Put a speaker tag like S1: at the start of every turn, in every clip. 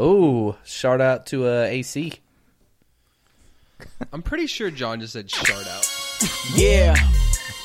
S1: Oh, shout out to uh, AC.
S2: I'm pretty sure John just said shard out.
S3: Yeah.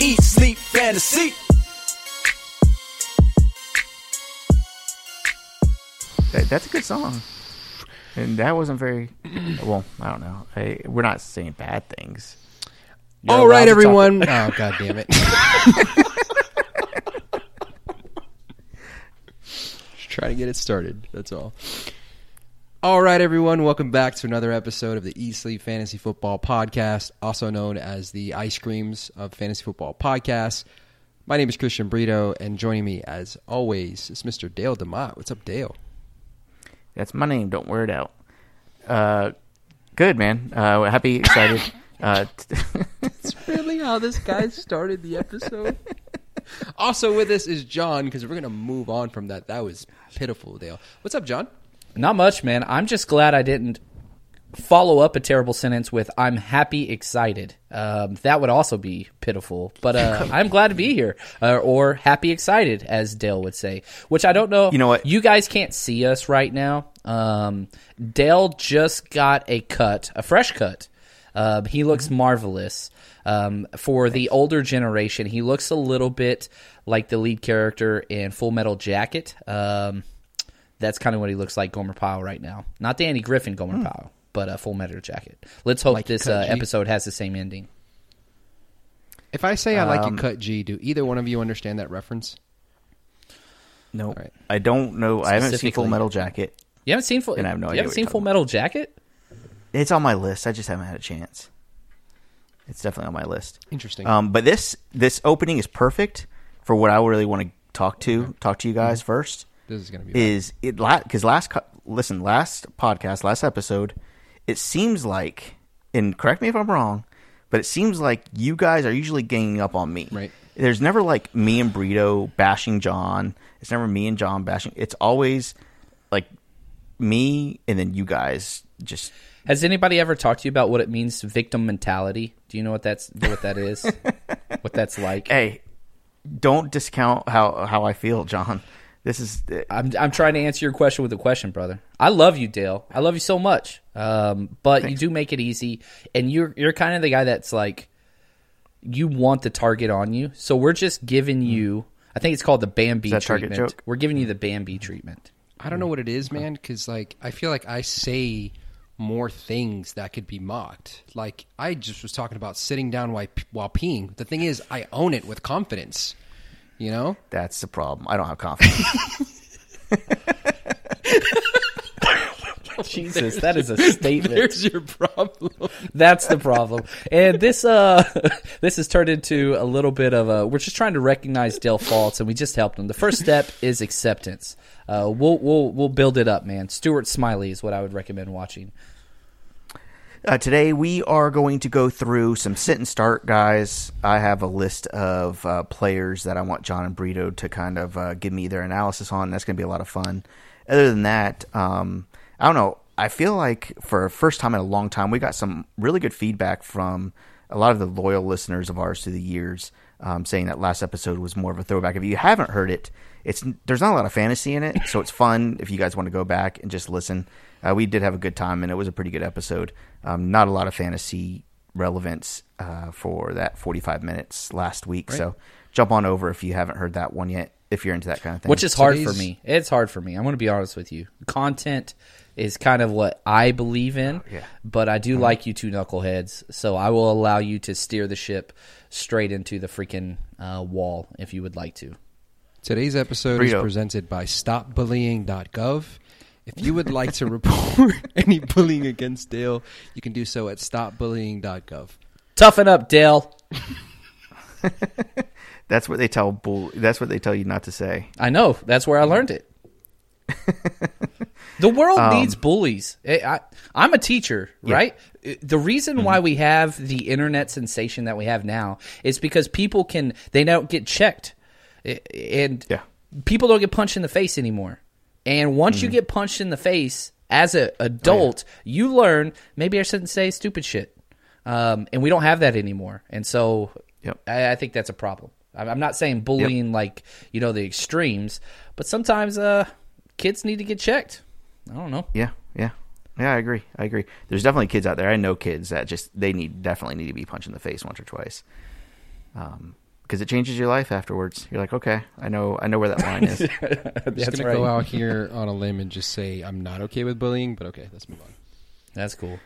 S3: Eat, Sleep, Fantasy.
S4: That, that's a good song. And that wasn't very well. I don't know. I, we're not saying bad things. You're
S5: All right,
S4: allowed to talk-
S5: everyone. Oh god damn it.
S2: Just trying to get it started. That's all. All right, everyone. Welcome back to another episode of the Eat Sleep Fantasy Football Podcast, also known as the Ice Creams of Fantasy Football Podcast. My name is Christian Brito, and joining me, as always, is Mr. Dale DeMott. What's up, Dale?
S4: That's my name. Don't wear it out. Uh, good man. Uh, happy, excited. uh, t-
S2: Really, how this guy started the episode? also with us is John, because we're going to move on from that. That was pitiful, Dale. What's up, John?
S1: Not much, man. I'm just glad I didn't follow up a terrible sentence with "I'm happy, excited." Um, that would also be pitiful, but uh, I'm glad to be here, uh, or happy, excited, as Dale would say. Which I don't know.
S4: You know what?
S1: You guys can't see us right now. Um, Dale just got a cut, a fresh cut. Um, he looks
S4: Mm-hmm.
S1: marvelous. Um, for the older generation, he looks a little bit like the lead character in Full Metal Jacket. Um, that's kind of what he looks like, Gomer Pyle, right now. Not Danny Griffin, Gomer
S4: Hmm.
S1: Pyle, but a Full Metal Jacket. Let's hope
S2: Like
S1: this
S2: Cut
S1: uh,
S2: G.
S1: episode has the same ending.
S2: If I say I like you, cut G, do either one of you understand that reference?
S4: no,
S2: right.
S4: I don't know. I haven't seen Full
S1: Specifically.
S4: Metal Jacket.
S1: You haven't seen Full.
S4: And I have no
S1: you
S4: idea
S1: haven't
S4: what
S1: seen
S4: you're
S1: Full
S4: talking
S1: Metal Jacket.
S4: It's on my list. I just haven't had a chance. It's definitely on my list.
S2: Interesting.
S4: Um, but this this opening is perfect for what I really want to talk to talk to you guys first.
S2: Mm-hmm. This is going to be.
S4: Is it because last co- listen last podcast last episode, it seems like and correct me if I'm wrong, but it seems like you guys are usually ganging up on me.
S2: Right.
S4: There's never like me and Brito bashing John. It's never me and John bashing. It's always like me and then you guys just
S1: Has anybody ever talked to you about what it means victim mentality? Do you know what that's what that is? what that's like?
S4: hey, don't discount how how I feel, John. This is uh,
S1: I'm I'm trying to answer your question with a question, brother. I love you, Dale. I love you so much. Um, but you do make it easy, and you're you're kind of the guy that's like, you want the target on you. So we're just giving you. I think it's called the Bambi
S4: Hmm. that target
S1: treatment.
S4: joke?
S1: We're giving you the Bambi treatment.
S2: I don't know what it is, man, because like I feel like I say more things that could be mocked. Like I just was talking about sitting down while while peeing. The thing is, I own it with confidence. You know,
S4: that's the problem. I don't have confidence.
S1: Jesus, that is a statement.
S2: there's your problem.
S1: That's the problem. And this uh this has turned into a little bit of a we're just trying to recognize Dale faults and we just helped him. The first step is acceptance. Uh we'll we'll we'll build it up, man. Stuart Smiley is what I would recommend watching.
S4: uh, today we are going to go through some sit and start guys. I have a list of uh, players that I want John and Brito to kind of uh, give me their analysis on. That's going to be a lot of fun. Other than that, um, I don't know. I feel like for the first time in a long time, we got some really good feedback from a lot of the loyal listeners of ours through the years, um, saying that last episode was more of a throwback. If you haven't heard it, it's there's not a lot of fantasy in it, so it's fun if you guys want to go back and just listen. Uh, we did have a good time, and it was a pretty good episode. Um, not a lot of fantasy relevance uh, for that 45 minutes last week, so jump on over if you haven't heard that one yet. If you're into that kind of thing,
S1: Which is hard for
S2: Today's-
S1: me. It's hard for me. I'm going to be honest with you. Content is kind of what I believe in,
S4: Yeah.
S1: but I do like you two knuckleheads, so I will allow you to steer the ship straight into the freaking uh, wall if you would like to.
S2: Today's episode
S4: Burrito.
S2: is presented by StopBullying.gov. If you would like to report any bullying against Dale, you can do so at StopBullying.gov.
S1: Toughen up, Dale.
S4: that's what they tell bull. That's what they tell you not to say.
S1: I know. That's where I learned it. The world needs bullies. I, I, I'm a teacher, right? Eh, The reason why we have the internet sensation that we have now is because people can they don't get checked, I- and
S4: Yeah.
S1: people don't get punched in the face anymore. And once
S2: Mm-hmm.
S1: you get punched in the face as an adult,
S2: Oh,
S1: you learn maybe I shouldn't say stupid shit, um, and we don't have that anymore. And so,
S4: Yep.
S1: I, I think that's a problem. I'm I'm not saying bullying like you know the extremes, but sometimes uh, kids need to get checked. I don't know.
S4: Yeah, yeah, yeah. I agree. I agree. There's definitely kids out there. I know kids that just they need definitely need to be punched in the face once or twice, because it changes your life afterwards. You're like, okay, I know, I know where that line is.
S2: just
S1: That's
S2: gonna go out here on a limb and just say I'm not okay with bullying, but okay, let's move on.
S1: That's cool.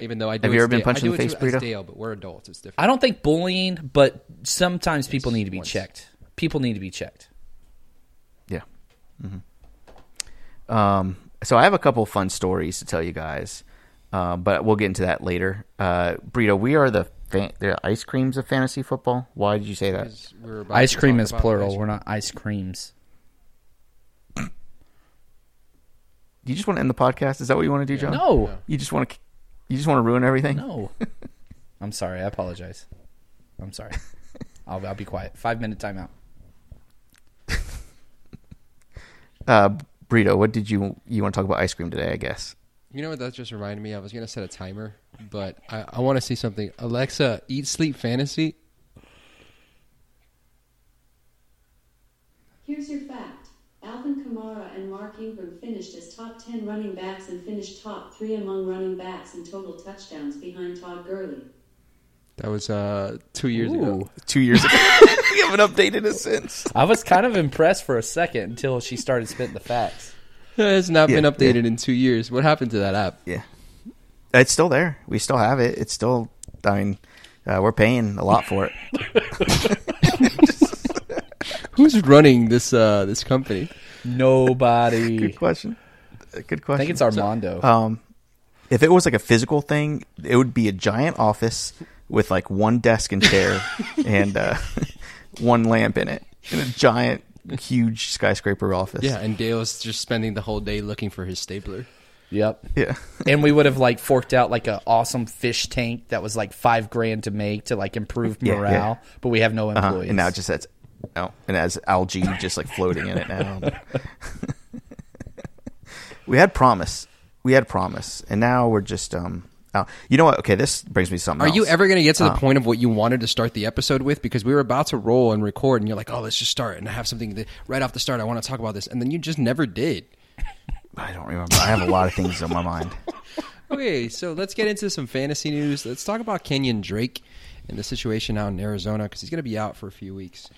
S2: Even though I do
S4: Have you
S2: it's
S4: ever been
S2: da-
S4: punched
S2: I
S4: in
S2: do
S4: the
S2: it
S4: face,
S2: too as
S4: Brito?
S2: Dale, but we're adults. It's different.
S1: I don't think bullying, but sometimes people need to be
S2: once.
S1: checked. People need to be checked.
S4: Yeah. hmm Um, so I have a couple fun stories to tell you guys, um, but we'll get into that later. Uh, Brito, we are the fan- the ice creams of fantasy football. Why did you say that?
S2: Because we're about
S1: Ice
S2: to
S1: cream
S2: talk
S1: is
S2: about
S1: plural.
S2: ice
S1: We're not ice creams.
S4: Do you just want to end the podcast? Is that what you want to do, John?
S1: No,
S4: You just want to you just want to ruin everything?
S1: no. I'm sorry. I apologize. I'm sorry. I'll, I'll be quiet. Five minute timeout.
S4: Uh, Brito, what did you you want to talk about ice cream today? I guess.
S2: You know what that just reminded me? I was gonna set a timer, but I, I want to see something. Alexa, eat, sleep, fantasy.
S6: Here's your fact. Alvin Kamara and Mark Ingram finished as top 10 running backs and finished top 3 among running backs in total touchdowns behind Todd Gurley.
S2: That was uh, two years ago.
S4: Two years ago. we haven't updated it since.
S1: I was kind of impressed for a second until she started spitting the facts.
S2: It's not been
S4: Yeah,
S2: updated in two years. What happened to that app?
S4: Yeah. It's still there. We still have it. It's still, I mean, uh, we're paying a lot for it.
S2: Who's running this uh, this company?
S1: Nobody.
S4: Good question. Good question.
S1: I think it's Armando.
S4: Um, if it was like a physical thing, it would be a giant office with like one desk and chair and uh, one lamp in it, in a giant, huge skyscraper office.
S2: Yeah, and Dale's just spending the whole day looking for his stapler.
S1: yep.
S4: yeah.
S1: and we would have like forked out like an awesome fish tank that was like five grand to make to like improve
S4: Yeah,
S1: morale, but we have no
S4: Uh-huh.
S1: employees.
S4: And now it just has, oh, and it has algae just like floating in it now. we had promise. We had promise, and now we're just um. Out. You know what? Okay, this brings me to something.
S2: Are you
S4: else.
S2: ever going to get to the point of what you wanted to start the episode with? Because we were about to roll and record, and you're like, "Oh, let's just start," and I have something that, right off the start. I want to talk about this, and then you just never did.
S4: I don't remember. I have a lot of things on my mind.
S2: Okay, so let's get into some fantasy news. Let's talk about Kenyon Drake and the situation out in Arizona because he's going to be out for a few weeks.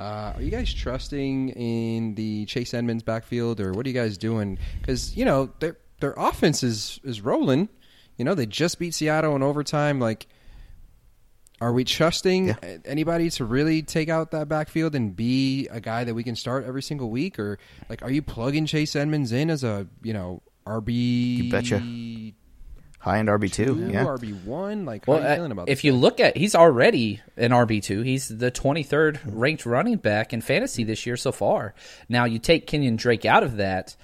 S2: Uh, are you guys trusting in the Chase Edmonds backfield, or what are you guys doing? Because you know their their offense is is rolling. You know they just beat Seattle in overtime. Like, are we trusting
S4: Yeah.
S2: anybody to really take out that backfield and be a guy that we can start every single week, or like, are you plugging Chase Edmonds in as a you know RB?
S4: You betcha. High end RB two. Yeah.
S2: RB one. Like,
S1: well,
S2: how are
S1: uh,
S2: you feeling about
S1: if
S2: this?
S1: you look at, he's already an RB two. He's the twenty third ranked running back in fantasy this year so far. Now you take Kenyon Drake out of that.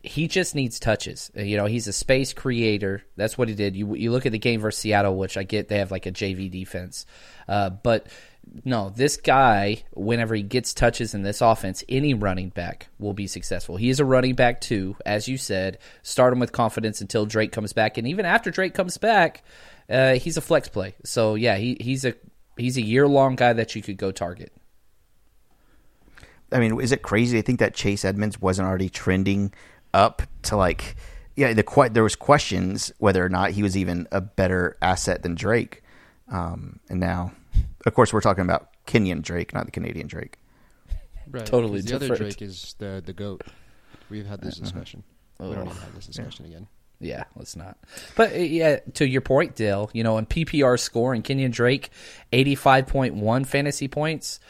S1: He just needs touches. Uh, You know, he's a space creator. That's what he did. You you look at the game versus Seattle, which I get they have like a JV defense, uh, but no, this guy, whenever he gets touches in this offense, any running back will be successful. He is a running back too, as you said. Start him with confidence until Drake comes back, and even after Drake comes back, uh, he's a flex play. So yeah, he, he's a he's a year long guy that you could go target.
S4: I mean, is it crazy to think that Chase Edmonds wasn't already trending up to like, yeah, the que- there was questions whether or not he was even a better asset than Drake, um, and now, of course, we're talking about Kenyan Drake, not the Canadian Drake.
S2: Right,
S1: totally
S2: 'cause the other
S1: different.
S2: Drake is the the goat. We've had
S4: Uh-huh.
S2: this discussion. We don't need to have this discussion again.
S1: Yeah, let's not. But uh, yeah, to your point, Dale, you know, in PPR scoring, Kenyon Drake, 85.1 fantasy points,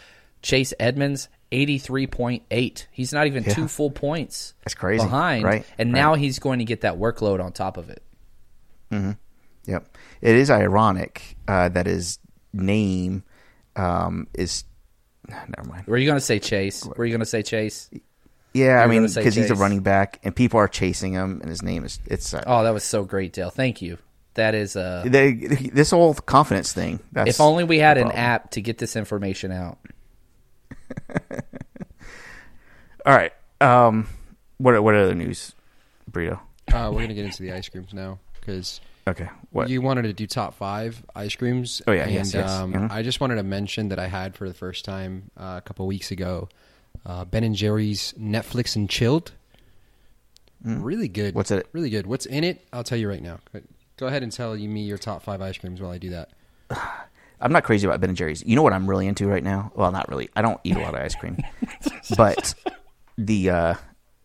S1: Chase Edmonds, 83.8. He's not even two full points.
S4: That's crazy,
S1: Behind.
S4: right,
S1: And now he's going to get that workload on top of it.
S4: Yep, it is ironic uh, that his name um, is. Never mind.
S1: Were you going to say Chase? Were you going to say Chase?
S4: Yeah, I
S1: were
S4: mean,
S1: gonna say
S4: because he's a
S1: Chase.
S4: running back, and people are chasing him, and his name is it's. Uh,
S1: Oh, that was so great, Dale. Thank you. That is uh,
S4: they, this whole confidence thing. That's
S1: if only we had
S4: the
S1: an
S4: problem.
S1: app to get this information out.
S4: All right. Um, what what other news, Burrito?
S2: Uh, we're gonna get into the ice creams now because
S4: Okay. What?
S2: you wanted to do top five ice creams.
S4: Oh, yeah,
S2: and,
S4: yes, yes.
S2: Um,
S4: Mhm.
S2: I just wanted to mention that I had for the first time uh, a couple weeks ago uh, Ben and Jerry's Netflix and Chilled. Really good.
S4: Hmm. What's in it?
S2: Really good. What's in it? I'll tell you right now. Go- Go ahead and tell you me your top five ice creams while I do that.
S4: I'm not crazy about Ben and Jerry's. You know what I'm really into right now? Well, not really. I don't eat a lot of ice cream, but the uh,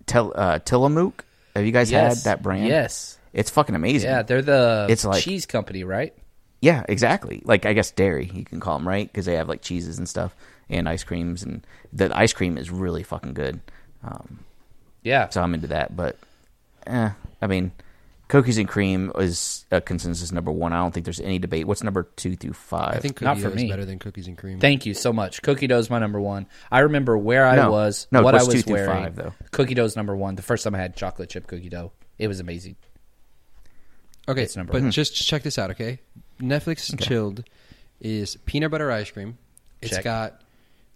S4: tel- uh, Tillamook. Have you guys
S1: Yes.
S4: had that brand?
S1: Yes.
S4: It's fucking amazing.
S1: Yeah, they're the
S4: It's like-
S1: cheese company, right?
S4: Yeah, exactly. Like I guess dairy, you can call them right because they have like cheeses and stuff and ice creams, and the ice cream is really fucking good. Um,
S1: Yeah.
S4: so I'm into that. But eh, I mean, cookies and cream is a consensus number one. I don't think there's any debate. What's number two through five?
S2: I think
S1: Not
S2: cookie
S1: for
S2: dough is
S1: me.
S2: better than cookies and cream.
S1: Thank you so much. Cookie dough's my number one. I remember where I
S4: No.
S1: was,
S4: No,
S1: what I
S4: what's two
S1: was
S4: through
S1: wearing.
S4: five, though?
S1: Cookie dough's number one. The first time I had chocolate chip cookie dough, it was amazing.
S2: Okay,
S1: It's number Hmm.
S2: but
S1: one.
S2: just check this out, okay? Netflix Chilled is peanut butter ice cream. It's
S1: Check.
S2: got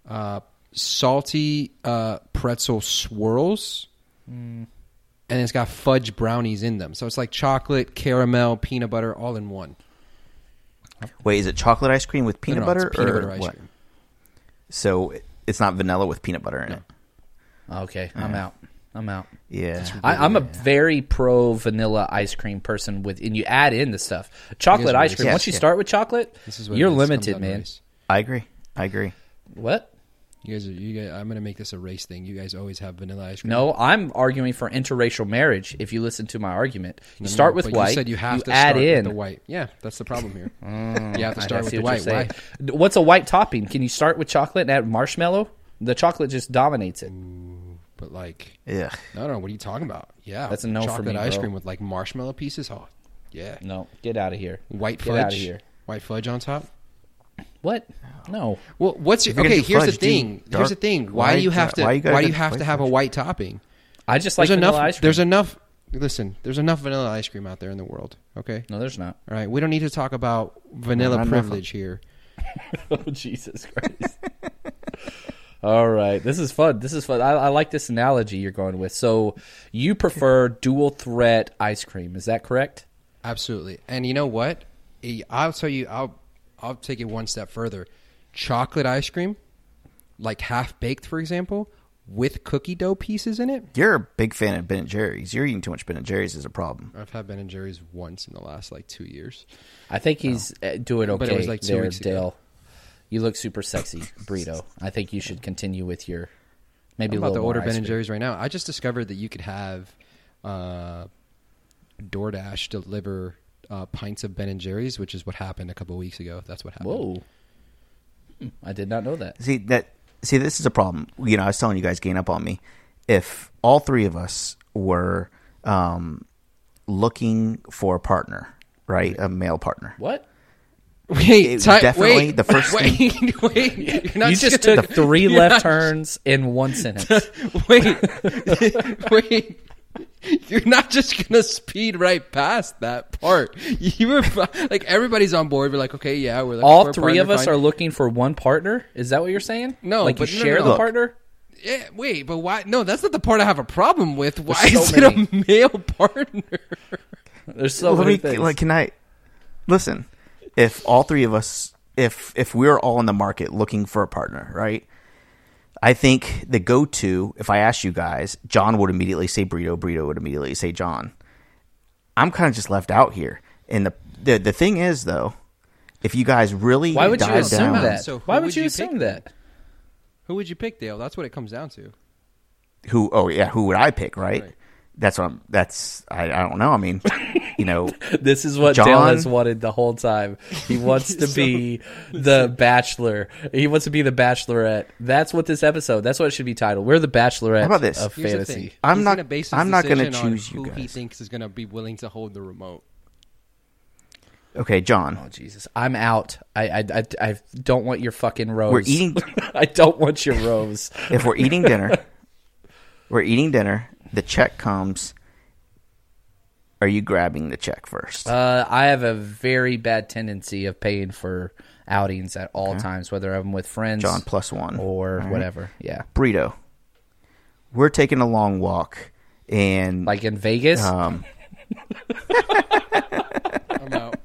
S2: uh, salty uh, pretzel swirls,
S1: Hmm.
S2: and it's got fudge brownies in them. So it's like chocolate, caramel, peanut butter, all in one.
S4: Wait, is it chocolate ice cream with
S2: No,
S4: peanut
S2: no,
S4: butter
S2: it's peanut
S4: or
S2: butter ice
S4: what?
S2: cream.
S4: So it- it's not vanilla with peanut butter in it.
S1: Okay, I'm out. I'm out.
S4: Yeah,
S1: I, I'm a very pro vanilla ice cream person with, and you add in the stuff. Chocolate
S2: what it
S1: ice
S2: is.
S1: cream.
S4: Yes,
S1: Once you
S4: yeah.
S1: start with chocolate,
S2: This is what it
S1: you're
S2: is. It comes down
S1: limited,
S2: to
S1: man.
S2: race.
S4: I agree. I agree.
S1: What?
S2: You guys, are, you guys, I'm gonna make this a race thing. You guys always have vanilla ice cream.
S1: No, I'm arguing for interracial marriage. If you listen to my argument, you
S2: No, no,
S1: start with
S2: but
S1: white.
S2: You said you have to
S1: add
S2: start
S1: in Mm,
S2: with the white. Yeah, that's the problem here. you have to
S1: I
S2: start with
S1: see
S2: the
S1: what
S2: white.
S1: you're
S2: Why?
S1: saying. What's a white topping? Can you start with chocolate and add marshmallow? The chocolate just dominates it.
S2: But like,
S4: Yeah.
S2: No, no. What are you talking about? Yeah,
S1: That's a no for
S2: chocolate
S1: me,
S2: ice
S1: bro.
S2: cream with like marshmallow pieces. Oh, yeah.
S1: No, get out of here.
S2: White
S1: Get
S2: fudge.
S1: out of here.
S2: White fudge on top.
S1: What? No.
S2: Well, what's your,
S4: If you're gonna
S2: okay?
S4: do
S2: Here's
S4: fudge,
S2: the thing.
S4: do
S2: Here's the
S4: dark-
S2: thing. Why, do you
S4: why-
S2: have to?
S4: why
S2: Why,
S4: you gotta
S2: do
S4: go
S2: you have
S4: white
S2: to have a
S4: fudge?
S2: white topping?
S1: I just like
S2: there's
S1: vanilla
S2: enough.
S1: ice cream.
S2: There's enough. Listen, there's enough vanilla ice cream out there in the world. Okay.
S1: no, there's not.
S2: All right. We don't need to talk about vanilla
S4: Not enough.
S2: privilege here.
S1: Oh Jesus Christ! All right, this is fun. This is fun. I, I like this analogy you're going with. So you prefer dual threat ice cream? Is that correct?
S2: Absolutely. And you know what? I- I'll tell you. I'll I'll take it one step further. Chocolate ice cream, like half baked, for example, with cookie dough pieces in it.
S4: You're a big fan of Ben and Jerry's. You're eating too much Ben and Jerry's is a problem.
S2: I've had Ben and Jerry's once in the last like two years.
S1: I think he's uh doing okay
S2: But it was like two
S1: there,
S2: weeks ago.
S1: Dale. You look super sexy, Burrito. I think you should continue with your maybe
S2: I'm
S1: a
S2: about to
S1: little
S2: order
S1: more
S2: Ben
S1: ice
S2: and
S1: cream.
S2: Jerry's right now. I just discovered that you could have uh, DoorDash deliver uh, pints of Ben and Jerry's, which is what happened a couple weeks ago. That's what happened.
S1: Whoa! Hmm, I did not know that.
S4: See that? See, this is a problem. You know, I was telling you guys, gain up on me. If all three of us were um, looking for a partner, right, a male partner,
S1: What?
S2: Wait,
S4: It
S2: ti-
S4: definitely
S2: wait,
S4: the first
S2: Wait, wait. You're not
S1: You just
S2: gonna-
S1: took three left turns in one sentence.
S2: wait, wait. You're not just gonna speed right past that part. You were fi- like everybody's on board. We're like, okay, yeah, we're like
S1: All three of us are looking for one partner. Is that what you're saying?
S2: No,
S1: like
S2: but
S1: you
S2: no, no,
S1: share
S2: no.
S1: the
S4: Look.
S1: partner.
S2: Yeah, wait, but why? No, that's not the part I have a problem with. Why
S1: There's so
S2: is it a male partner?
S1: There's so
S4: Let
S1: many
S4: me-
S1: things.
S4: like, can I listen? If all three of us, if if we're all in the market looking for a partner, right? I think the go-to, if I asked you guys, John would immediately say burrito. Burrito would immediately say John. I'm kind of just left out here, and the the, the thing is though, if you guys really
S1: Why would you
S4: dive
S1: assume
S4: down,
S1: that?
S2: So who
S1: Why would
S2: would
S1: you
S2: you
S1: assume
S2: pick then?
S1: that?
S2: Who would you pick, Dale? That's what it comes down to.
S4: who? Oh yeah, who would I pick? Right?
S2: Right.
S4: That's what I'm. That's I, I don't know. I mean, you know,
S1: This is what Dale
S4: John-
S1: has wanted the whole time. He wants to be the bachelor. He wants to be the bachelorette. That's what this episode. That's what it should be titled. We're the bachelorette
S4: How about this?
S1: of
S2: Here's the
S1: fantasy.
S2: thing.
S4: I'm
S2: He's
S4: not-
S2: gonna base his
S4: I'm not gonna
S2: decision on
S4: choose you
S2: who he
S4: guys.
S2: thinks is going to be willing to hold the remote.
S4: okay, John.
S1: Oh Jesus, I'm out. I I, I, I don't want your fucking rose.
S4: We're eating-
S1: I don't want your rose.
S4: if we're eating dinner, We're eating dinner. The check comes. Are you grabbing the check first?
S1: Uh, I have a very bad tendency of paying for outings at all times, whether I'm with friends,
S4: John plus one.
S1: or
S4: All right.
S1: whatever. Yeah,
S4: Burrito. We're taking a long walk, and
S1: like in Vegas.
S4: um,
S2: I'm out.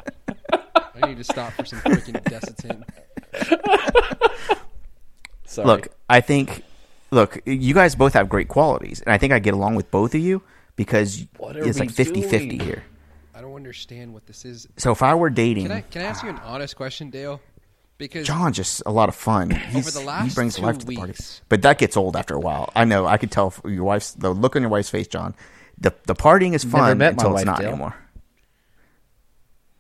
S2: I need to stop for some freaking desitin.
S1: Sorry.
S4: look, I think, look, you guys both have great qualities, and I think I get along with both of you because
S1: What are
S4: it's
S1: we
S4: like 50-50
S1: doing?
S4: here.
S2: I don't understand what this is.
S4: So if I were dating,
S2: Can I can I ask you an honest question, Dale? Because
S4: John's just a lot of fun. He's,
S2: the last
S4: he brings
S2: two
S4: life to the party,
S2: weeks-
S4: but that gets old after a while. I know. I could tell f- your wife's the look on your wife's face, John. The the partying is fun
S1: met my
S4: until
S1: wife,
S4: it's not
S1: Dale.
S4: anymore.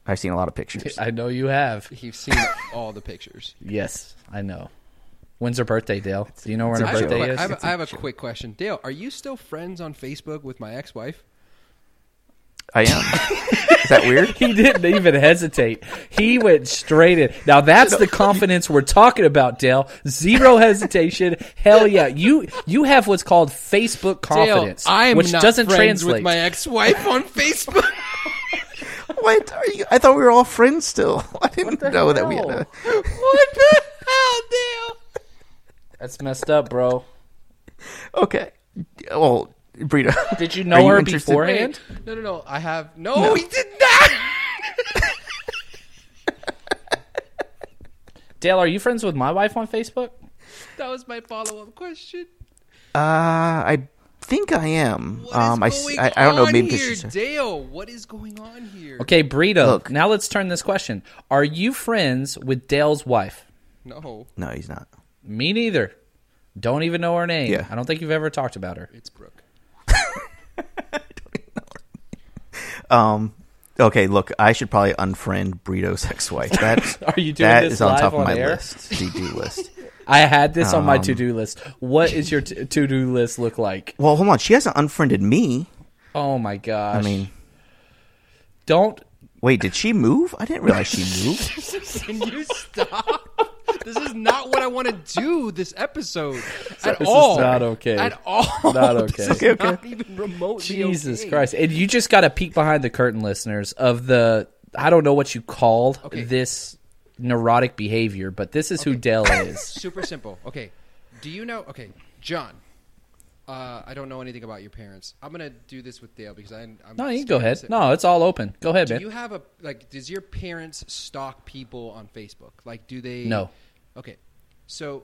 S4: I've seen a lot of pictures.
S1: I know you have.
S2: you've seen all the pictures.
S1: Yes, I know. When's her birthday, Dale? Do you know when her
S2: I have, a
S1: birthday
S2: que-
S1: is?
S2: I have a- I have a quick question, Dale. Are you still friends on Facebook with my ex-wife?
S4: I am. is that weird?
S1: he didn't even hesitate. He went straight in. Now that's the confidence we're talking about, Dale. Zero hesitation. Hell yeah. You you have what's called Facebook confidence,
S2: Dale, I am
S1: which
S2: not
S1: doesn't
S2: friends
S1: translate.
S2: with my ex-wife on Facebook.
S4: What are you? I thought we were all friends still. I didn't know that we had. A,
S2: what the hell, Dale?
S1: that's messed up, bro.
S4: okay. Well, Brita,
S1: Did you
S4: Are
S1: know
S4: you
S1: her
S4: interested-
S1: beforehand?
S2: No, no, no. I have no. He did not.
S1: Dale, are you friends with my wife on Facebook?
S2: That was my follow-up question.
S4: Uh, I think I am.
S2: What is
S4: Um, I, s-
S2: going
S4: I, I don't know.
S2: on
S4: Maybe
S2: here,
S4: because she's
S2: Dale. What is going on here?
S1: Okay, Brito.
S4: Look.
S1: Now let's turn this question. Are you friends with Dale's wife?
S2: No,
S4: no, he's not.
S1: Me neither. Don't even know her name.
S4: Yeah.
S1: I don't think you've ever talked about her.
S2: it's Brooke.
S4: Um, okay, look, I should probably unfriend Brito's ex-wife. That's
S1: Are you doing
S4: that
S1: this
S4: is on
S1: live
S4: top
S1: on
S4: of my
S1: air?
S4: list, to-do list.
S1: I had this on my
S4: Um,
S1: to do list. What is your t- to do list look like?
S4: Well, hold on, she hasn't unfriended me.
S1: Oh my gosh!
S4: I mean,
S1: don't.
S4: wait, did she move? I didn't realize she moved.
S2: Can you stop? this is not what I want to do this episode at
S1: This is
S2: all.
S1: not okay.
S2: At all.
S4: Oh,
S1: Not
S2: This
S1: okay.
S2: is not even remotely
S1: Jesus
S2: okay.
S1: Christ! And you just got to peek behind the curtain, listeners, of the I don't know what you called
S2: Okay.
S1: this neurotic behavior, but this is who Dell is.
S2: Super simple. Okay. Do you know? Okay, John. Uh, I don't know anything about your parents. I'm gonna do this with Dale because I. I'm
S1: No, you can
S2: scared
S1: go
S2: to
S1: ahead.
S2: say-
S1: No, it's all open. Go ahead,
S2: Do
S1: man.
S2: you have a like? Does your parents stalk people on Facebook? Like, do they?
S1: No.
S2: Okay, so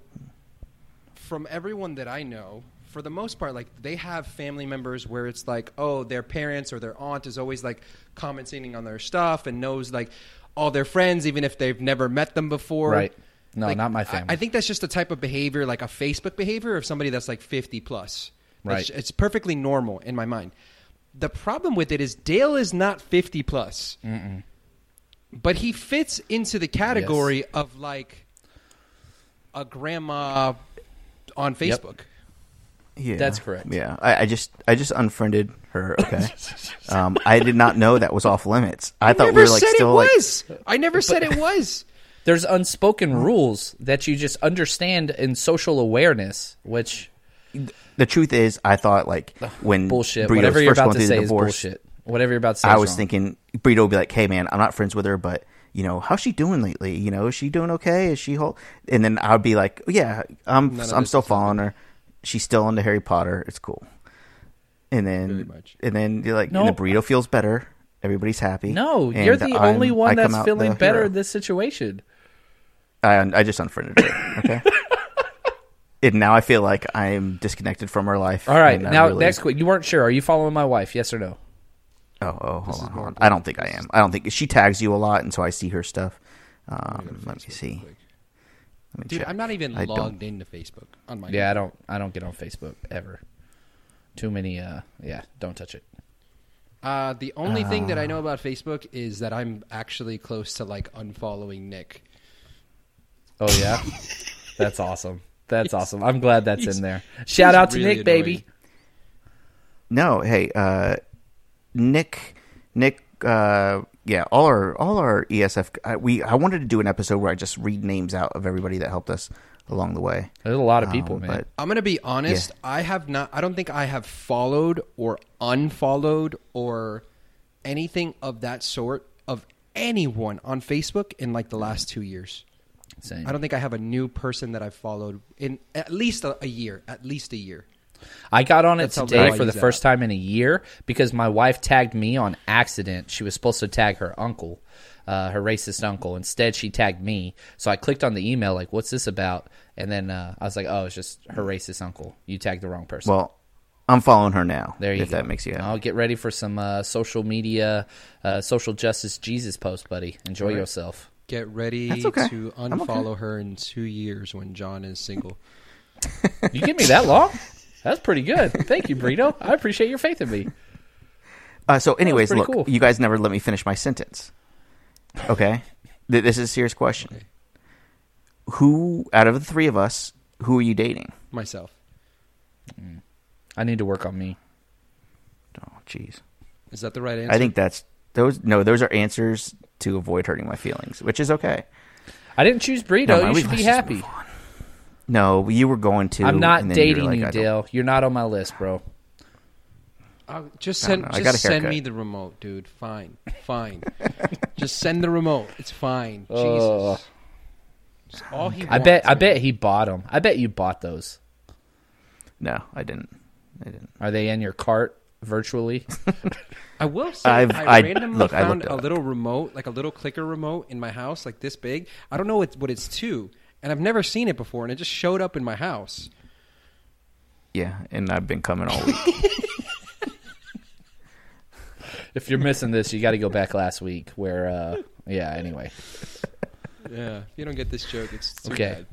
S2: from everyone that I know, for the most part, like they have family members where it's like, oh, their parents or their aunt is always like commenting on their stuff and knows like all their friends, even if they've never met them before.
S1: Right. No,
S2: Like,
S1: not my
S2: I-
S1: family.
S2: I, think that's just a type of behavior, like a Facebook behavior of somebody that's like fifty plus. That's-
S1: Right.
S2: It's perfectly normal in my mind. The problem with it is Dale is not fifty plus but he fits into the category of like a grandma on
S1: Yep.
S2: Facebook.
S4: Yeah,
S1: That's correct.
S4: Yeah, I, I just I just unfriended her. Okay, um, I did not know that was off limits. I, thought
S2: I
S4: we
S2: never
S4: were like
S2: said
S4: still
S2: it
S4: like
S2: was. I never said it was.
S1: There's unspoken rules that you just understand in social awareness, which
S4: the truth is, I thought like when
S1: bullshit.
S4: Mm. Brito
S1: Whatever
S4: was
S1: you're
S4: first
S1: about
S4: going
S1: to
S4: through
S1: say
S4: the
S1: is
S4: divorce,
S1: bullshit. Whatever you're about to say,
S4: I
S1: is
S4: was
S1: wrong.
S4: thinking Brito would be like, "Hey, man, I'm not friends with her, but you know, how's she doing lately? You know, is she doing okay? Is she whole?" And then I'd be like, "Yeah, I'm
S2: None of
S4: I'm
S2: this
S4: still
S2: is
S4: following her. She's still into Harry Potter. It's cool." And then
S2: Really much.
S4: and then you're like,
S1: No.
S4: and the burrito feels better. Everybody's happy.
S1: No,
S4: And
S1: you're the
S4: I'm-
S1: only
S4: I
S1: one
S4: come
S1: that's
S4: out
S1: feeling
S4: the
S1: better
S4: hero.
S1: in this situation.
S4: I I just unfriended her. Okay. and now I feel like I'm disconnected from her life.
S1: All right,
S4: and I
S1: now
S4: really-
S1: next quick. You weren't sure. Are you following my wife? Yes or no?
S4: Oh, oh, hold on, hold on. I don't think I am. I don't think she tags you a lot, and so I see her stuff. Um, let me see. Let me
S2: Dude,
S4: check.
S2: I'm not even
S4: I don't-
S2: logged into Facebook on my
S1: Yeah, I don't. I don't get on Facebook ever. Too many. Uh, yeah, don't touch it.
S2: Uh, the only thing that I
S4: Ah.
S2: know about Facebook is that I'm actually close to like unfollowing Nick.
S1: Oh yeah, that's awesome. That's awesome. I'm glad that's in there. Shout out to
S2: really
S1: Nick, baby.
S2: annoying.
S4: No, hey, uh, Nick, Nick, uh, yeah, all E our all our ESF. I, we I wanted to do an episode where I just read names out of everybody that helped us along the way.
S1: There's a
S2: Oh,
S1: lot of people,
S4: Um,
S1: man.
S4: But
S2: I'm gonna be honest. I have not. I don't think I have followed or unfollowed or anything of that sort of anyone on Facebook in like the last two years.
S1: Same.
S2: I don't think I have a new person that I've followed in at least a, a year. At least a year.
S1: I got on it
S2: That's how
S1: today
S2: bad
S1: for the
S2: he's at.
S1: first time in a year because my wife tagged me on accident. She was supposed to tag her uncle, uh, her racist uncle. Instead, she tagged me. So I clicked on the email, like, what's this about? And then uh, I was like, oh, it's just her racist uncle. You tagged the wrong person.
S4: well, I'm following her now.
S1: there you
S4: if
S1: go.
S4: that makes you happy.
S1: I'll get ready for some uh, social media, uh, social justice Jesus post, buddy. Enjoy yourself.
S2: Get ready
S4: That's okay.
S2: to
S4: I'm okay.
S2: unfollow her in two years when John is single.
S1: You give me that long? That's pretty good. Thank you, Brito. I appreciate your faith in me.
S4: Uh, so, anyways,
S1: pretty
S4: look,
S1: cool.
S4: you guys never let me finish my sentence. Okay, Th- this is a serious question. Who out of the three of us, who are you dating?
S2: Myself.
S1: I need to work on me.
S4: Oh, jeez.
S2: Is that the right answer?
S4: I think that's those. No, those are answers to avoid hurting my feelings, which is okay.
S1: I didn't choose Brito.
S4: Never
S1: you
S4: mind, we-
S1: should be
S4: let's just
S1: happy.
S4: move on. No, you were going to.
S1: I'm not
S4: and then you were
S1: dating
S4: like,
S1: you,
S4: I don't-
S1: Dale. You're not on my list, bro.
S2: I'll- just
S4: I don't
S2: send.
S4: know. I
S2: Just
S4: got a
S2: send
S4: haircut.
S2: me the remote, dude. Fine, fine. just send the remote. It's fine.
S1: Ugh.
S2: Jesus. It's all he
S1: I
S2: wants,
S1: bet. I
S2: man.
S1: bet he bought them. I bet you bought those.
S4: No, I didn't. I didn't.
S1: Are they in your cart virtually?
S2: I will say i
S4: I've- I-
S2: randomly
S4: look, I
S2: found
S4: looked it
S2: a
S4: up.
S2: little remote, like a little clicker remote in my house, like this big. I don't know what, what it's to, and I've never seen it before, and it just showed up in my house.
S4: Yeah, and I've been coming all week.
S1: if you're missing this, you got to go back last week. Where, uh, yeah. Anyway,
S2: Yeah, if you don't get this joke, it's too
S1: Okay.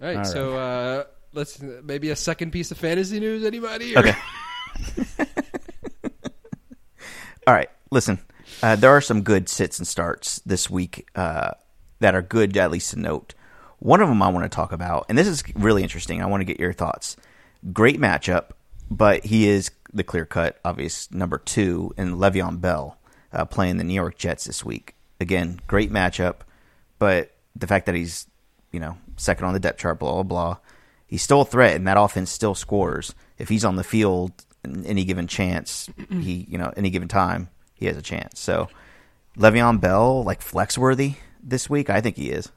S2: bad. All right,
S1: All
S2: so uh, let's maybe a second piece of fantasy news. Anybody?
S4: Okay. All right, listen. Uh, there are some good sits and starts this week uh, that are good, at least to note. One of them I want to talk about, and this is really interesting. I want to get your thoughts. Great matchup, but he is the clear cut, obvious number two, and Le'Veon Bell uh, playing the New York Jets this week. Again, great matchup, but the fact that he's you know second on the depth chart, blah blah blah, he's still a threat, and that offense still scores if he's on the field. in Any given chance, he you know any given time, he has a chance. So Le'Veon Bell like flex worthy this week? I think he is.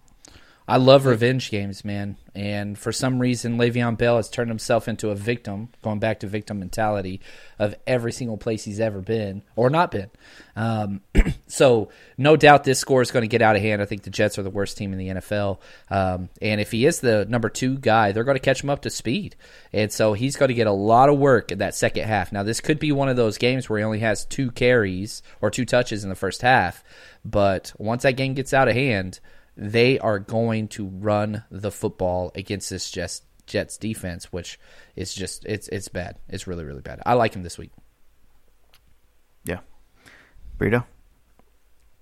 S1: I love revenge games, man. And for some reason, Le'Veon Bell has turned himself into a victim, going back to victim mentality of every single place he's ever been or not been. Um, so, no doubt this score is going to get out of hand. I think the Jets are the worst team in the NFL. Um, and if he is the number two guy, they're going to catch him up to speed. And so he's going to get a lot of work in that second half. Now, this could be one of those games where he only has two carries or two touches in the first half. But once that game gets out of hand, they are going to run the football against this Jets, Jets defense, which is just it's it's bad. It's really really bad. I like him this week.
S4: Yeah. Burrito?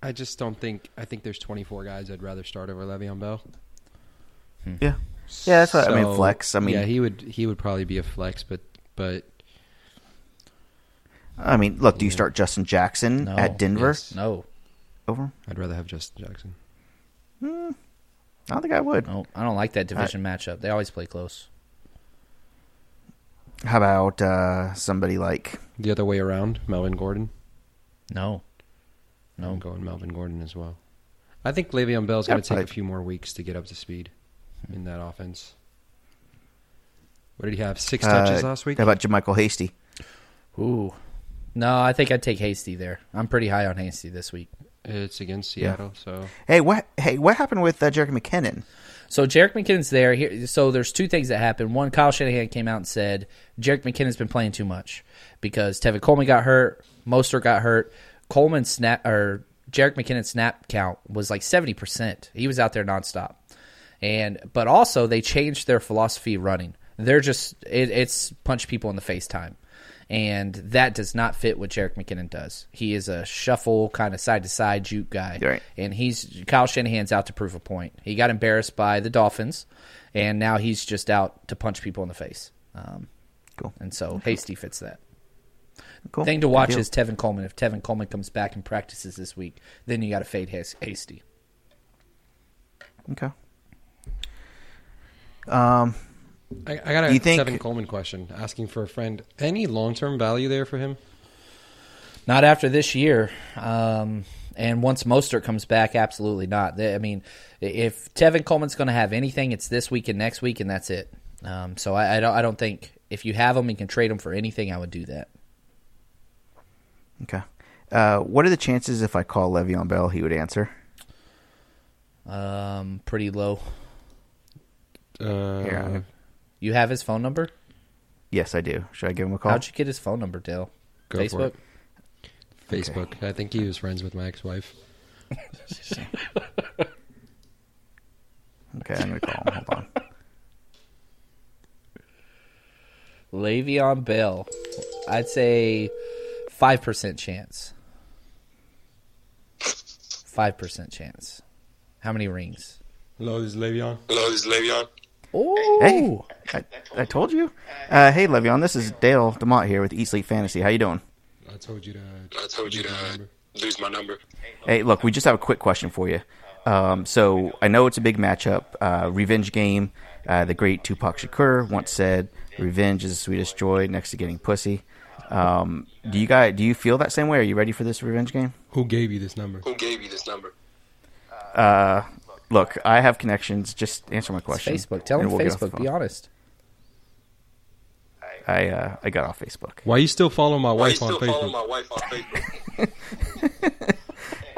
S2: I just don't think. I think there's 24 guys I'd rather start over Le'Veon Bell.
S4: Yeah. Yeah, that's what I mean
S2: So,
S4: flex. I mean
S2: yeah, he would he would probably be a flex, but but
S4: I mean, look, do you start Justin Jackson
S1: No.
S4: at Denver
S2: Yes.
S1: No,
S4: over? him?
S2: I'd rather have Justin Jackson.
S4: I don't think I would.
S1: no, I don't like that division matchup. They always play close.
S4: How about uh somebody like
S2: The other way around, Melvin Gordon.
S1: No,
S2: I'm
S1: no,
S2: going Melvin Gordon as well. I think Le'Veon Bell's
S4: Yeah,
S2: going to take a
S4: probably.
S2: few more weeks to get up to speed
S1: Hmm.
S2: in that offense. What did he have? Six touches
S4: uh,
S2: last week.
S4: How about Jamichael Hasty?
S1: ooh, no. I think I'd take Hasty there. I'm pretty high on Hasty this week.
S2: It's against Seattle, so
S4: Hey, what hey, what happened with uh, Jerry McKinnon?
S1: So Jarek McKinnon's there. Here, so there's two things that happened. One, Kyle Shanahan came out and said Jarek McKinnon's been playing too much because Tevin Coleman got hurt, Mostert got hurt, Coleman snap or Jarek McKinnon's snap count was like seventy percent. He was out there nonstop, and but also they changed their philosophy of running. They're just it, it's punch people in the face time and that does not fit what Jarek McKinnon does. He is a shuffle kind of side to side juke guy,
S4: Right.
S1: and he's Kyle Shanahan's out to prove a point. He got embarrassed by the Dolphins, and now he's just out to punch people in the face. Um,
S4: Cool.
S1: and so Hasty fits that.
S4: Cool.
S1: Thing to watch
S4: Good deal.
S1: is Tevin Coleman. If Tevin Coleman comes back and practices this week, then you got to fade Has- Hasty.
S4: Okay. Um,
S2: I, I got a
S4: You think-
S2: Tevin Coleman question asking for a friend. Any long term value there for him?
S1: Not after this year. Um, and once Mostert comes back, absolutely not. They- I mean, if Tevin Coleman's going to have anything, it's this week and next week, and that's it. Um, so I, I don't. I don't think if you have him and can trade him for anything, I would do that.
S4: okay. Uh, what are the chances if I call Le'Veon Bell, he would answer?
S1: Um, pretty low.
S2: Uh,
S4: Here, I'm gonna-
S1: You have his phone number?
S4: yes, I do. Should I give him a call?
S1: How'd you get his phone number, Dale?
S2: Oh. Go for
S1: Facebook.
S2: it. Facebook. I think he was friends with my ex wife.
S4: Okay, I'm gonna call him. Hold on.
S1: Le'Veon Bell. I'd say five percent chance. Five percent chance. How many rings?
S2: Hello, this is Le'Veon.
S5: Hello, this is Le'Veon.
S1: Oh,
S4: Hey, I, I told you. Uh, hey, Le'Veon, this is Dale Demott here with Eat Sleep Fantasy. How you doing?
S2: I told you to.
S5: I told you to uh, lose my number.
S4: Hey, look, we just have a quick question for you. Um, so I know it's a big matchup, uh, revenge game. Uh, the great Tupac Shakur once said, "Revenge is the sweetest joy, next to getting pussy." Um, do you guys do you feel that same way? Are you ready for this revenge game?
S2: Who gave you this number?
S5: Who gave you this number?
S4: Uh, look, I have connections. Just answer my question.
S1: Facebook. Tell him
S4: and we'll get off the
S1: Facebook. Be
S4: phone.
S1: honest.
S4: I uh, I got off Facebook.
S2: Why you still follow my
S5: Why you
S2: wife on
S5: still follow
S2: Facebook?
S5: my wife on Facebook?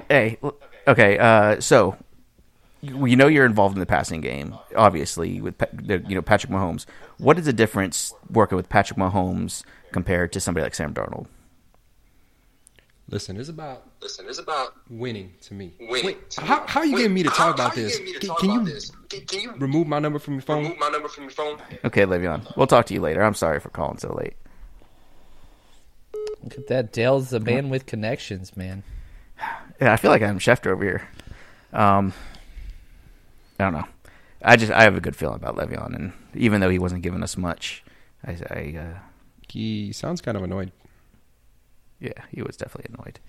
S4: Hey, l- okay. Uh, so you you know you're involved in the passing game, obviously with Pa- the- you know Patrick Mahomes. What is the difference working with Patrick Mahomes compared to somebody like Sam Darnold?
S2: Listen, it's about
S5: Listen, it's about
S2: winning to me.
S5: winning.
S2: Wait, how, how are you getting me to
S5: How-
S2: talk about
S5: how you
S2: this?
S5: getting me to
S2: Can-
S5: talk
S2: Can you
S5: about this? Can, can you
S2: remove my number from your phone?
S5: remove my number from your phone?
S4: Okay, Le'Veon, we'll talk to you later. I'm sorry for calling so late.
S1: Look at that. Dale's the man with connections, man.
S4: Yeah, I feel like I'm Schefter over here. Um, I don't know. I just I have a good feeling about Le'Veon, and even though he wasn't giving us much, I, I uh,
S2: He sounds kind of annoyed.
S4: yeah, he was definitely annoyed.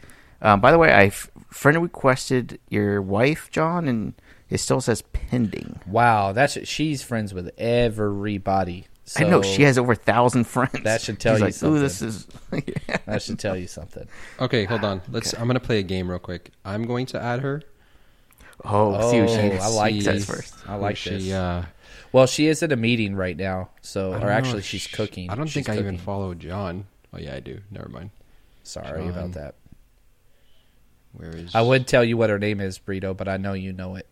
S4: Um, by the way, I f- friend requested your wife, John, and it still says pending.
S1: Wow, that's she's friends with everybody. So
S4: I know she has over a thousand friends.
S1: That should tell
S4: She's
S1: you
S4: like, Ooh, this is Yeah.
S1: That should tell you something.
S2: Okay, hold on. Let's. I'm gonna play a game real quick. I'm going to add her.
S4: oh, see what she
S1: Oh, I like
S4: she
S1: this.
S4: says first.
S1: I like
S2: she,
S1: this.
S2: Uh,
S1: Well, she is at a meeting right now, so
S2: I don't
S1: or
S2: know
S1: actually
S2: if
S1: she's
S2: sh-
S1: cooking.
S2: I don't
S1: She's
S2: think I even
S1: cooking.
S2: follow John. Oh yeah, I do. Never mind.
S1: Sorry
S2: John.
S1: about that.
S2: Where is?
S1: I would tell you what her name is, Brito, but I know you know it.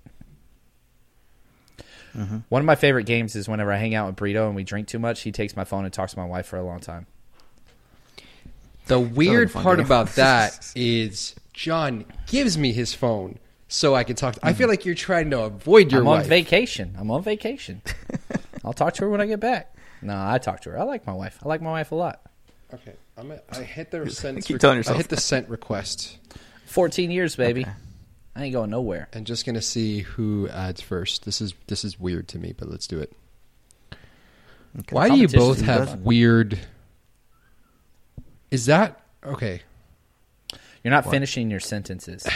S2: Mm-hmm.
S1: One of my favorite games is whenever I hang out with Brito and we drink too much, he takes my phone and talks to my wife for a long time.
S2: The weird
S4: fun
S2: part
S4: game.
S2: about that is John gives me his phone so I can talk. To, I feel like you're trying to avoid your
S1: I'm
S2: wife.
S1: on vacation. I'm on vacation. I'll talk to her when I get back. No, I talk to her. I like my wife. I like my wife a lot.
S2: okay, I'm a, I hit the sent.
S4: keep telling yourself
S2: I hit the sent request.
S1: 14 years, baby. I ain't going nowhere.
S2: and just gonna see who adds first. This is this is weird to me, but let's do it. Why do you
S1: Competition
S2: both
S1: is
S2: have
S1: good.
S2: weird? Is that okay?
S1: You're not finishing your sentences.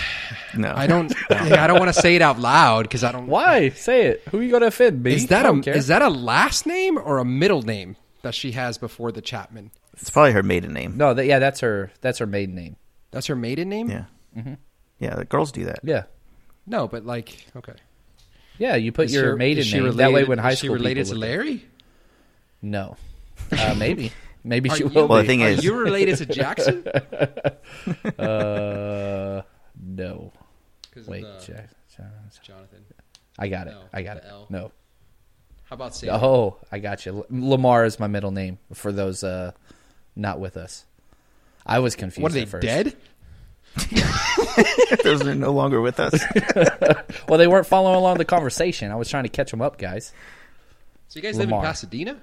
S4: No,
S2: I don't. I don't want to say it out loud because I don't.
S1: Why? Say it. Who are you going to offend, me?
S2: is that
S1: I
S2: a
S1: don't care.
S2: is that a last name or a middle name that she has before the Chapman?
S4: It's probably her maiden name.
S1: No, that, yeah, that's her. That's her maiden name.
S2: That's her maiden name.
S4: Yeah,
S1: Mm-hmm.
S4: yeah. The girls do that.
S1: Yeah,
S2: No, but like okay.
S1: yeah. You put
S2: Is
S1: your
S2: her-
S1: maiden
S2: is she
S1: name that way.
S2: related-
S1: When high
S2: is she
S1: school
S2: related to
S1: people look-
S2: Larry?
S1: no, uh, maybe, maybe
S2: Are
S1: she
S2: you,
S1: will.
S4: Well, the
S1: be.
S4: thing
S2: are
S4: is-
S2: you related to Jackson?
S1: Uh, no, wait, Jack- John-
S2: uh, Jonathan.
S1: I got it.
S2: No,
S1: I got it.
S2: the L.
S1: No.
S2: How about Sam?
S1: Oh, I got you. L- Lamar is my middle name for those uh, not with us. I was confused.
S2: what are they
S1: at first.
S2: dead?
S4: Those are no longer with us.
S1: Well, they weren't following along the conversation. I was trying to catch them up, guys.
S2: So you guys
S1: Lamar.
S2: live in Pasadena?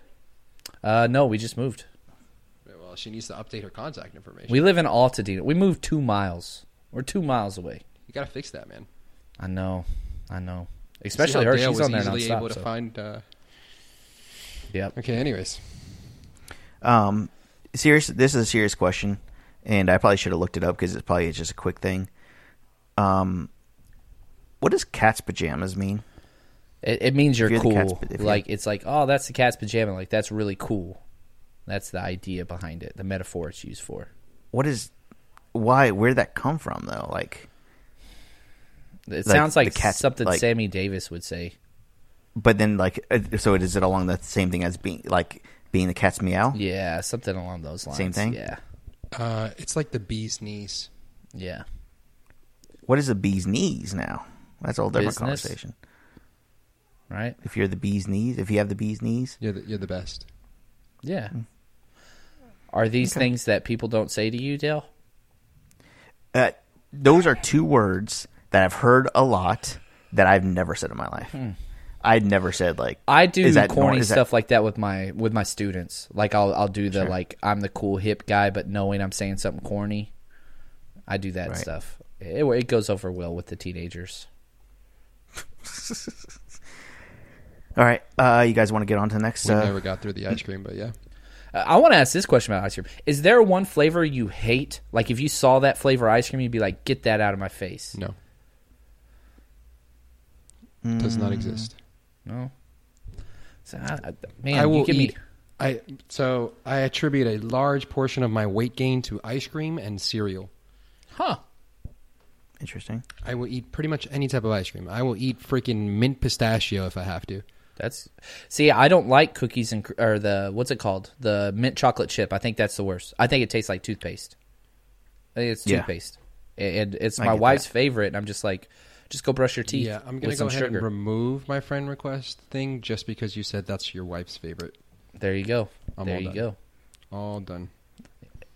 S1: Uh, no, we just moved.
S2: Right, Well, she needs to update her contact information.
S1: We live in Altadena. We moved two miles. We're two miles away.
S2: you gotta fix that, man.
S1: I know, I know.
S2: See
S1: Especially
S2: how
S1: her,
S2: Dale
S1: she's
S2: was
S1: on there
S2: easily
S1: nonstop.
S2: able to
S1: so-
S2: find. Uh,
S1: Yep.
S2: okay, anyways,
S4: Um, serious. This is a serious question, and I probably should have looked it up because it's probably just a quick thing. Um, what does cat's pajamas mean?
S1: It, it means you're
S4: you're the
S1: cool.
S4: cat's- if you're-
S1: like it's like, oh, that's the cat's pajama. Like that's really cool. That's the idea behind it. The metaphor it's used for.
S4: What is why? Where would that come from though? Like,
S1: It
S4: Like,
S1: sounds like
S4: the cat's-
S1: something
S4: like-
S1: Sammy Davis would say.
S4: but then like, uh, so it is it along the same thing as being like being the cat's meow?
S1: Yeah, something along those lines.
S4: Same thing?
S1: Yeah,
S2: Uh, it's like the bee's knees.
S1: yeah.
S4: What is a bee's knees now? That's a whole different
S1: Business?
S4: conversation.
S1: Right.
S4: If you're the bee's knees, if you have the bee's knees,
S2: You're the, you're the best.
S1: Yeah.
S4: Hmm.
S1: Are these things that people don't say to you, Dale?
S4: uh, those are two words that I've heard a lot that I've never said in my life. I'd never said like
S1: Hmm. I do
S4: is that
S1: corny
S4: nor- is that-
S1: stuff like that with my with my students. Like I'll I'll do the like I'm the cool hip guy, but knowing I'm saying something corny, I do that
S4: Right.
S1: stuff. It, it goes over well with the teenagers.
S4: All right, uh, you guys want to get on to the next?
S2: We
S4: Uh,
S2: never got through the ice cream, but yeah.
S1: Uh, I want to ask this question about ice cream. Is there one flavor you hate? Like if you saw that flavor ice cream, you'd be like, "Get that out of my face."
S2: No. Does not exist.
S1: No. So, I, I- man,
S2: I
S1: you
S2: will
S1: give
S2: eat.
S1: me
S2: I so I attribute a large portion of my weight gain to ice cream and cereal.
S1: huh.
S4: Interesting.
S2: I will eat pretty much any type of ice cream. I will eat freaking mint pistachio if I have to.
S1: That's see, I don't like cookies and cr- or the what's it called, the mint chocolate chip. I think that's the worst. I think it tastes like toothpaste. I think It's
S4: Yeah.
S1: toothpaste, and and it's
S4: I
S1: my
S4: get
S1: wife's favorite. And I'm just like, just go brush your teeth.
S2: Yeah, I'm gonna
S1: with some
S2: go ahead
S1: sugar.
S2: and remove my friend request thing just because you said that's your wife's favorite.
S1: there you go.
S2: I'm
S1: there
S2: all
S1: you
S2: done.
S1: go.
S2: All done.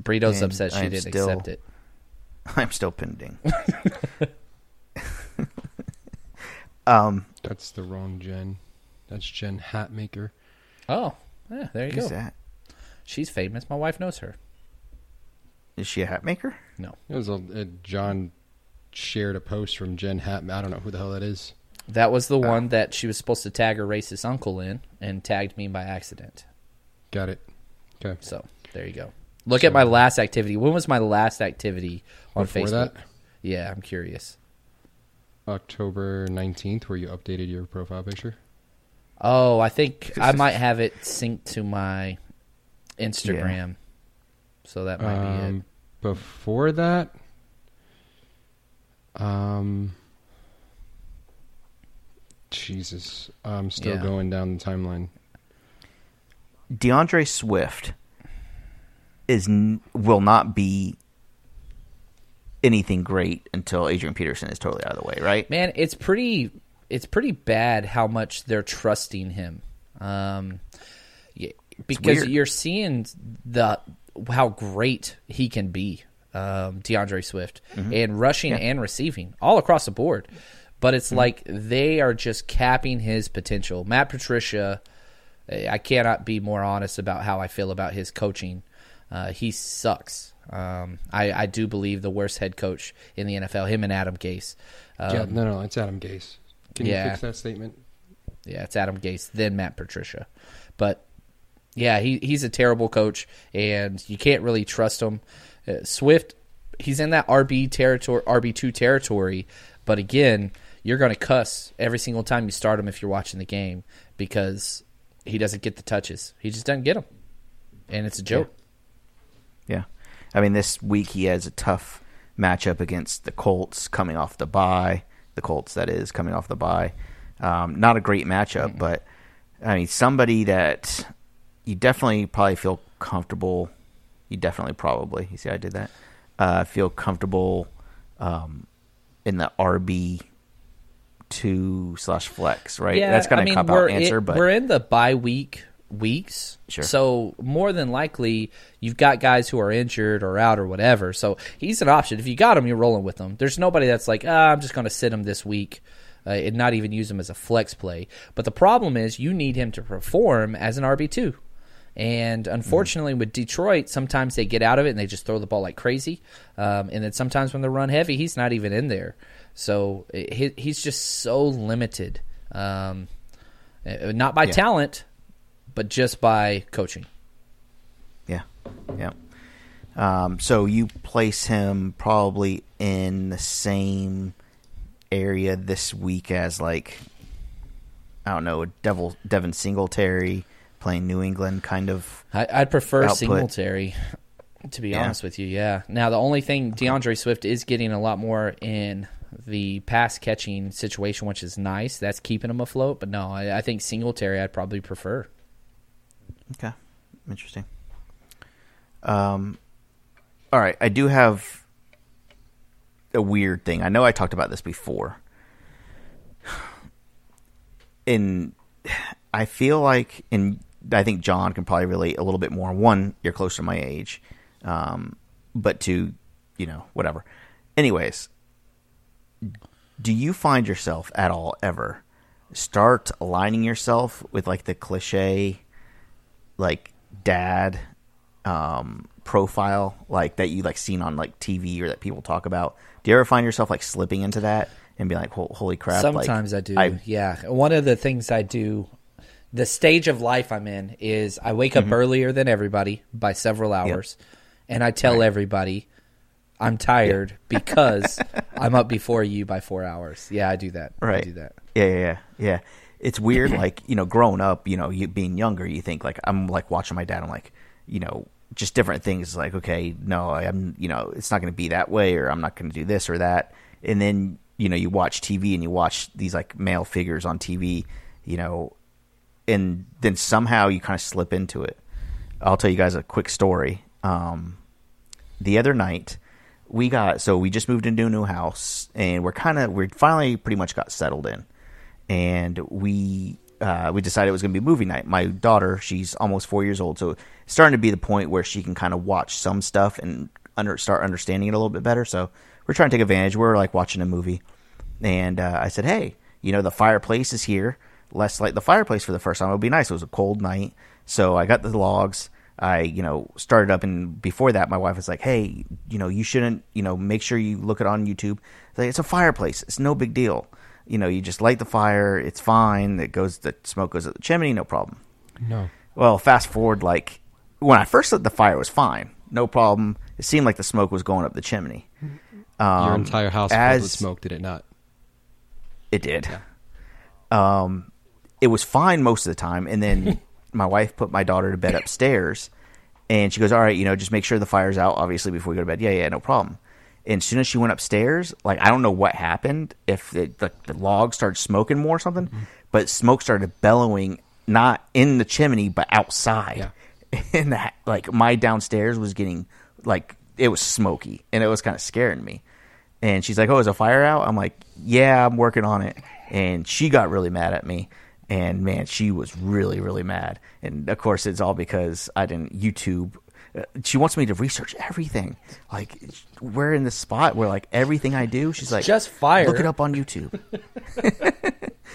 S1: Burrito's
S4: And
S1: upset she
S4: I'm
S1: didn't
S4: still-
S1: accept it.
S4: I'm still pending. um,
S2: That's the wrong Jen. That's Jen Hatmaker.
S1: Oh, yeah, there you
S4: who's
S1: go.
S4: that?
S1: She's famous. My wife knows her.
S4: Is she a hat maker?
S2: It was a, a John shared a post from Jen Hat. I don't know who the hell that is.
S1: That was
S2: Uh,
S1: the one that she was supposed to tag her racist uncle in, and tagged me by accident.
S2: Got it. Okay.
S1: So there you go. Look at my last activity. When was my last activity on
S2: Before
S1: Facebook?
S2: that,
S1: Yeah, I'm curious.
S2: October 19th, where you updated your profile picture.
S1: Oh, I think I might have it synced to my Instagram. So that might be it.
S2: Um, Before that, um, Jesus, I'm still
S1: Yeah.
S2: going down the timeline.
S4: DeAndre Swift is n- will not be anything great until Adrian Peterson is totally out of the way, right?
S1: Man, it's pretty it's pretty bad how much they're trusting him. Um yeah, because
S4: weird.
S1: you're seeing the how great he can be, um, DeAndre Swift, and rushing and receiving all across the board. But it's like they are just capping his potential. Matt Patricia, eh, I cannot be more honest about how I feel about his coaching. Uh, he sucks. Um, I, I do believe the worst head coach in the NFL, him and Adam Gase. Um,
S2: yeah, no, no, it's Adam Gase. Can
S1: yeah.
S2: you fix that statement?
S1: Yeah, it's Adam Gase, then Matt Patricia. But yeah, he, he's a terrible coach, and you can't really trust him. Uh, Swift, he's in that RB territory, RB two territory. But again, you're going to cuss every single time you start him if you're watching the game because he doesn't get the touches. He just doesn't get them, and it's a joke.
S4: Yeah. I mean, this week he has a tough matchup against the Colts coming off the bye. The Colts, that is, coming off the bye. Um, not a great matchup, but I mean, somebody that you definitely probably feel comfortable. You definitely probably, you see, I did that. Uh, feel comfortable um, in the RB two slash flex, right? That's kind of a cop out
S1: we're
S4: answer,
S1: in,
S4: but
S1: we're in the bye week weeks.
S4: Sure.
S1: So more than likely, you've got guys who are injured or out or whatever. So he's an option. If you got him, you're rolling with him. There's nobody that's like, ah, I'm just going to sit him this week. Uh, and not even use him as a flex play. But the problem is, you need him to perform as an RB2. And unfortunately, with Detroit, sometimes they get out of it and they just throw the ball like crazy. Um, and then sometimes when they run heavy, he's not even in there. So it, he, he's just so limited. Um, uh, not by talent, but just by coaching.
S4: Yeah, yeah. Um, so you place him probably in the same area this week as like I don't know, Devil Devin Singletary playing New England kind of.
S1: I, I'd prefer
S4: Output.
S1: Singletary, to be
S4: Yeah.
S1: honest with you. Yeah. Now the only thing DeAndre Swift is getting a lot more in the pass catching situation, which is nice. That's keeping him afloat. But no, I, I think Singletary I'd probably prefer.
S4: Okay, interesting. Um, all right, I do have a weird thing. I know I talked about this before, and I feel like, and I think John can probably relate a little bit more. One, you're closer to my age, um, but two, you know, whatever. Anyways, do you find yourself at all ever start aligning yourself with like the cliche like dad um profile like that you like seen on like TV or that people talk about do you ever find yourself like slipping into that and be like "Hol- holy crap like,
S1: Sometimes I do. yeah. One of the things I do, the stage of life I'm in is I wake
S4: Mm-hmm.
S1: up earlier than everybody by several hours, and I tell everybody I'm tired because I'm up before you by four hours. Yeah, I do that. I
S4: right
S1: do that.
S4: yeah yeah yeah, yeah. it's weird like you know growing up you know you being younger you think like i'm like watching my dad i'm like you know just different things like okay no i'm you know it's not going to be that way or i'm not going to do this or that and then you know you watch tv and you watch these like male figures on tv you know and then somehow you kind of slip into it i'll tell you guys a quick story um the other night we got so we just moved into a new house and we're kind of we're finally pretty much got settled in and we uh, we decided it was going to be movie night my daughter she's almost four years old so it's starting to be the point where she can kind of watch some stuff and under, start understanding it a little bit better so we're trying to take advantage we're like watching a movie and uh, i said hey you know the fireplace is here let's light the fireplace for the first time it would be nice it was a cold night so i got the logs I, you know, started up and before that my wife was like, Hey, you know, you shouldn't, you know, make sure you look it on YouTube. It's like, it's a fireplace. It's no big deal. You know, you just light the fire, it's fine, it goes the smoke goes up the chimney, no problem.
S2: No.
S4: Well, fast forward like when I first lit the fire it was fine. No problem. It seemed like the smoke was going up the chimney. Um,
S2: Your entire house was filled
S4: as-
S2: with smoke, did it not?
S4: It did. Um, it was fine most of the time, and then my wife put my daughter to bed upstairs, and she goes, "All right, you know, just make sure the fire's out, obviously, before we go to bed." Yeah, yeah, no problem. And as soon as she went upstairs, like I don't know what happened, if it, the, the log started smoking more or something, but smoke started bellowing not in the chimney but outside
S2: Yeah.
S4: and that like my downstairs was getting like it was smoky and it was kind of scaring me and she's like oh is a fire out i'm like yeah i'm working on it and she got really mad at me and man she was really really mad and of course it's all because i didn't youtube uh, she wants me to research everything like we're in the spot where like everything i do she's like
S1: just fire.
S4: look it up on youtube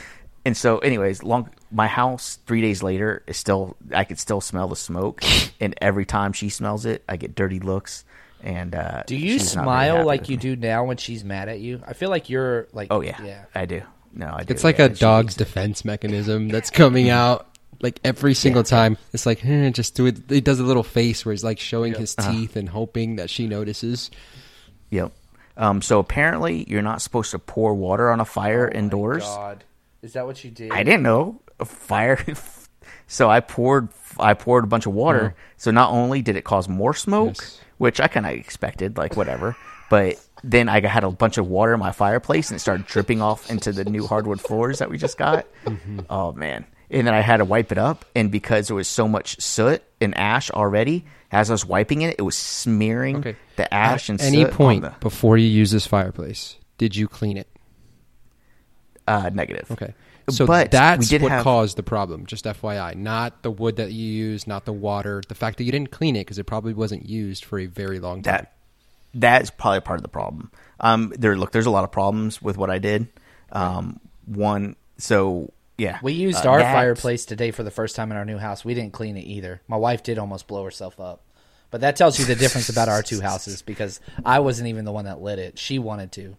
S4: and so anyways long my house three days later is still i could still smell the smoke and every time she smells it i get dirty looks and uh
S1: Do you
S4: she's not very
S1: smile
S4: happy
S1: like
S4: with
S1: you
S4: me.
S1: do now when she's mad at you? I feel like you're like
S4: oh yeah,
S1: yeah.
S4: i do no i do
S2: It's like
S4: yeah.
S2: a dog's defense mechanism that's coming out like every single time. It's like eh, just do it. He does a little face where he's like showing his teeth and hoping that she notices.
S4: yep um so apparently you're not supposed to pour water on a fire
S2: Oh
S4: indoors
S1: Oh, God, is that what you did?
S4: I didn't know A fire. so I poured I poured a bunch of water. So not only did it cause more smoke,
S2: Oh. Yes.
S4: which I kind of expected, like whatever, but then I had a bunch of water in my fireplace and it started dripping off into the new hardwood floors that we just got.
S2: Mm-hmm.
S4: Oh man. And then I had to wipe it up, and because there was so much soot and ash already, as I was wiping it, it was smearing
S2: Okay.
S4: the ash and
S2: Any
S4: soot on
S2: point
S4: the-
S2: before you use this fireplace, did you clean it?
S4: uh, negative.
S2: Okay. So
S4: But we
S2: that's
S4: did
S2: what
S4: have-
S2: caused the problem. Just FYI, not the wood that you used, not the water, the fact that you didn't clean it because it probably wasn't used for a very long time.
S4: that that's probably part of the problem. Um, there, look, there's a lot of problems with what I did. Um, one, so yeah,
S1: We used
S4: Uh,
S1: our
S4: that-
S1: fireplace today for the first time in our new house. We didn't clean it either. My wife did almost blow herself up. But that tells you the difference about our two houses because I wasn't even the one that lit it. She wanted to.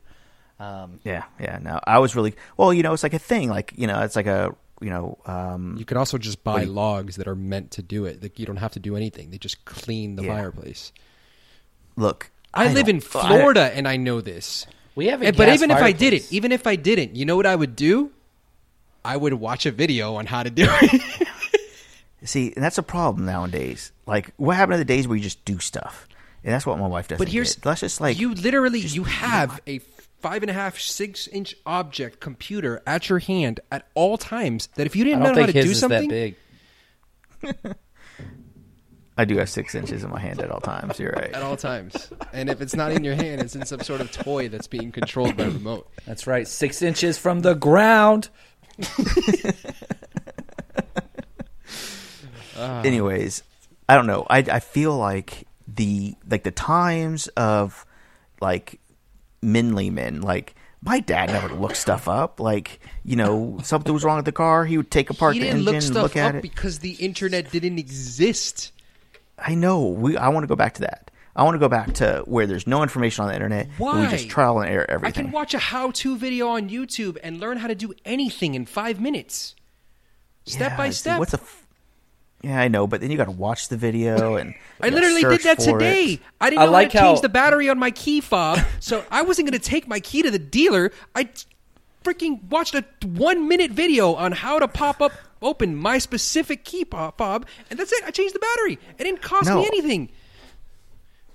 S4: Yeah, yeah. No, I was really well. You know, it's like a thing. Like you know, it's like a you know, um,
S2: You could also just buy logs that are meant to do it. Like you don't have to do anything; they just clean the
S4: Yeah.
S2: fireplace.
S4: look.
S2: I, live
S4: don't-
S2: in Florida, and I know this.
S1: We have a
S2: And- but
S1: gas
S2: even if I did
S1: fireplace.
S2: it, even if I didn't, you know what I would do? I would watch a video on how to do it.
S4: See, and that's a problem nowadays. Like, what happened to the days where you just do stuff? And that's what my wife does.
S2: But here's
S4: get. let's just like
S2: you literally you have a five and a half six inch object computer at your hand at all times that if you
S1: I
S2: didn't know
S1: don't
S2: how
S1: think
S2: to
S1: his
S2: do
S1: is that
S2: something
S1: big.
S4: I do have six inches in my hand at all times. You're right.
S2: at all times, and if it's not in your hand, it's in some sort of toy that's being controlled by a remote.
S1: That's right, six inches from the ground.
S2: Uh-huh.
S4: Anyways, I don't know. I I feel like the like the times of like menly men like. My dad never looked stuff up. Like, you know, something was wrong with the car. He would take apart
S2: He
S4: the
S2: didn't
S4: engine,
S2: look
S4: and
S2: stuff
S4: look at
S2: up
S4: it.
S2: because the internet didn't exist.
S4: I know. We I want to go back to that. I want to go back to where there's no information on the internet. where
S2: Why?
S4: We just trial and error
S2: I
S4: everything.
S2: can watch a how-to video on YouTube and learn how to do anything in five minutes, step
S4: Yeah,
S2: by
S4: it's-
S2: step.
S4: What's a f- yeah, I know, but then you got to watch the video and
S2: I
S4: you gotta
S2: literally did
S4: search
S2: that
S4: for
S2: today.
S4: it.
S2: I didn't
S1: I
S2: know
S1: like
S2: how to change
S1: how-
S2: the battery on my key fob, so I wasn't going to take my key to the dealer. I t- freaking watched a one minute video on how to pop up, open my specific key po- fob, and that's it. I changed the battery. It didn't cost
S4: No.
S2: me anything.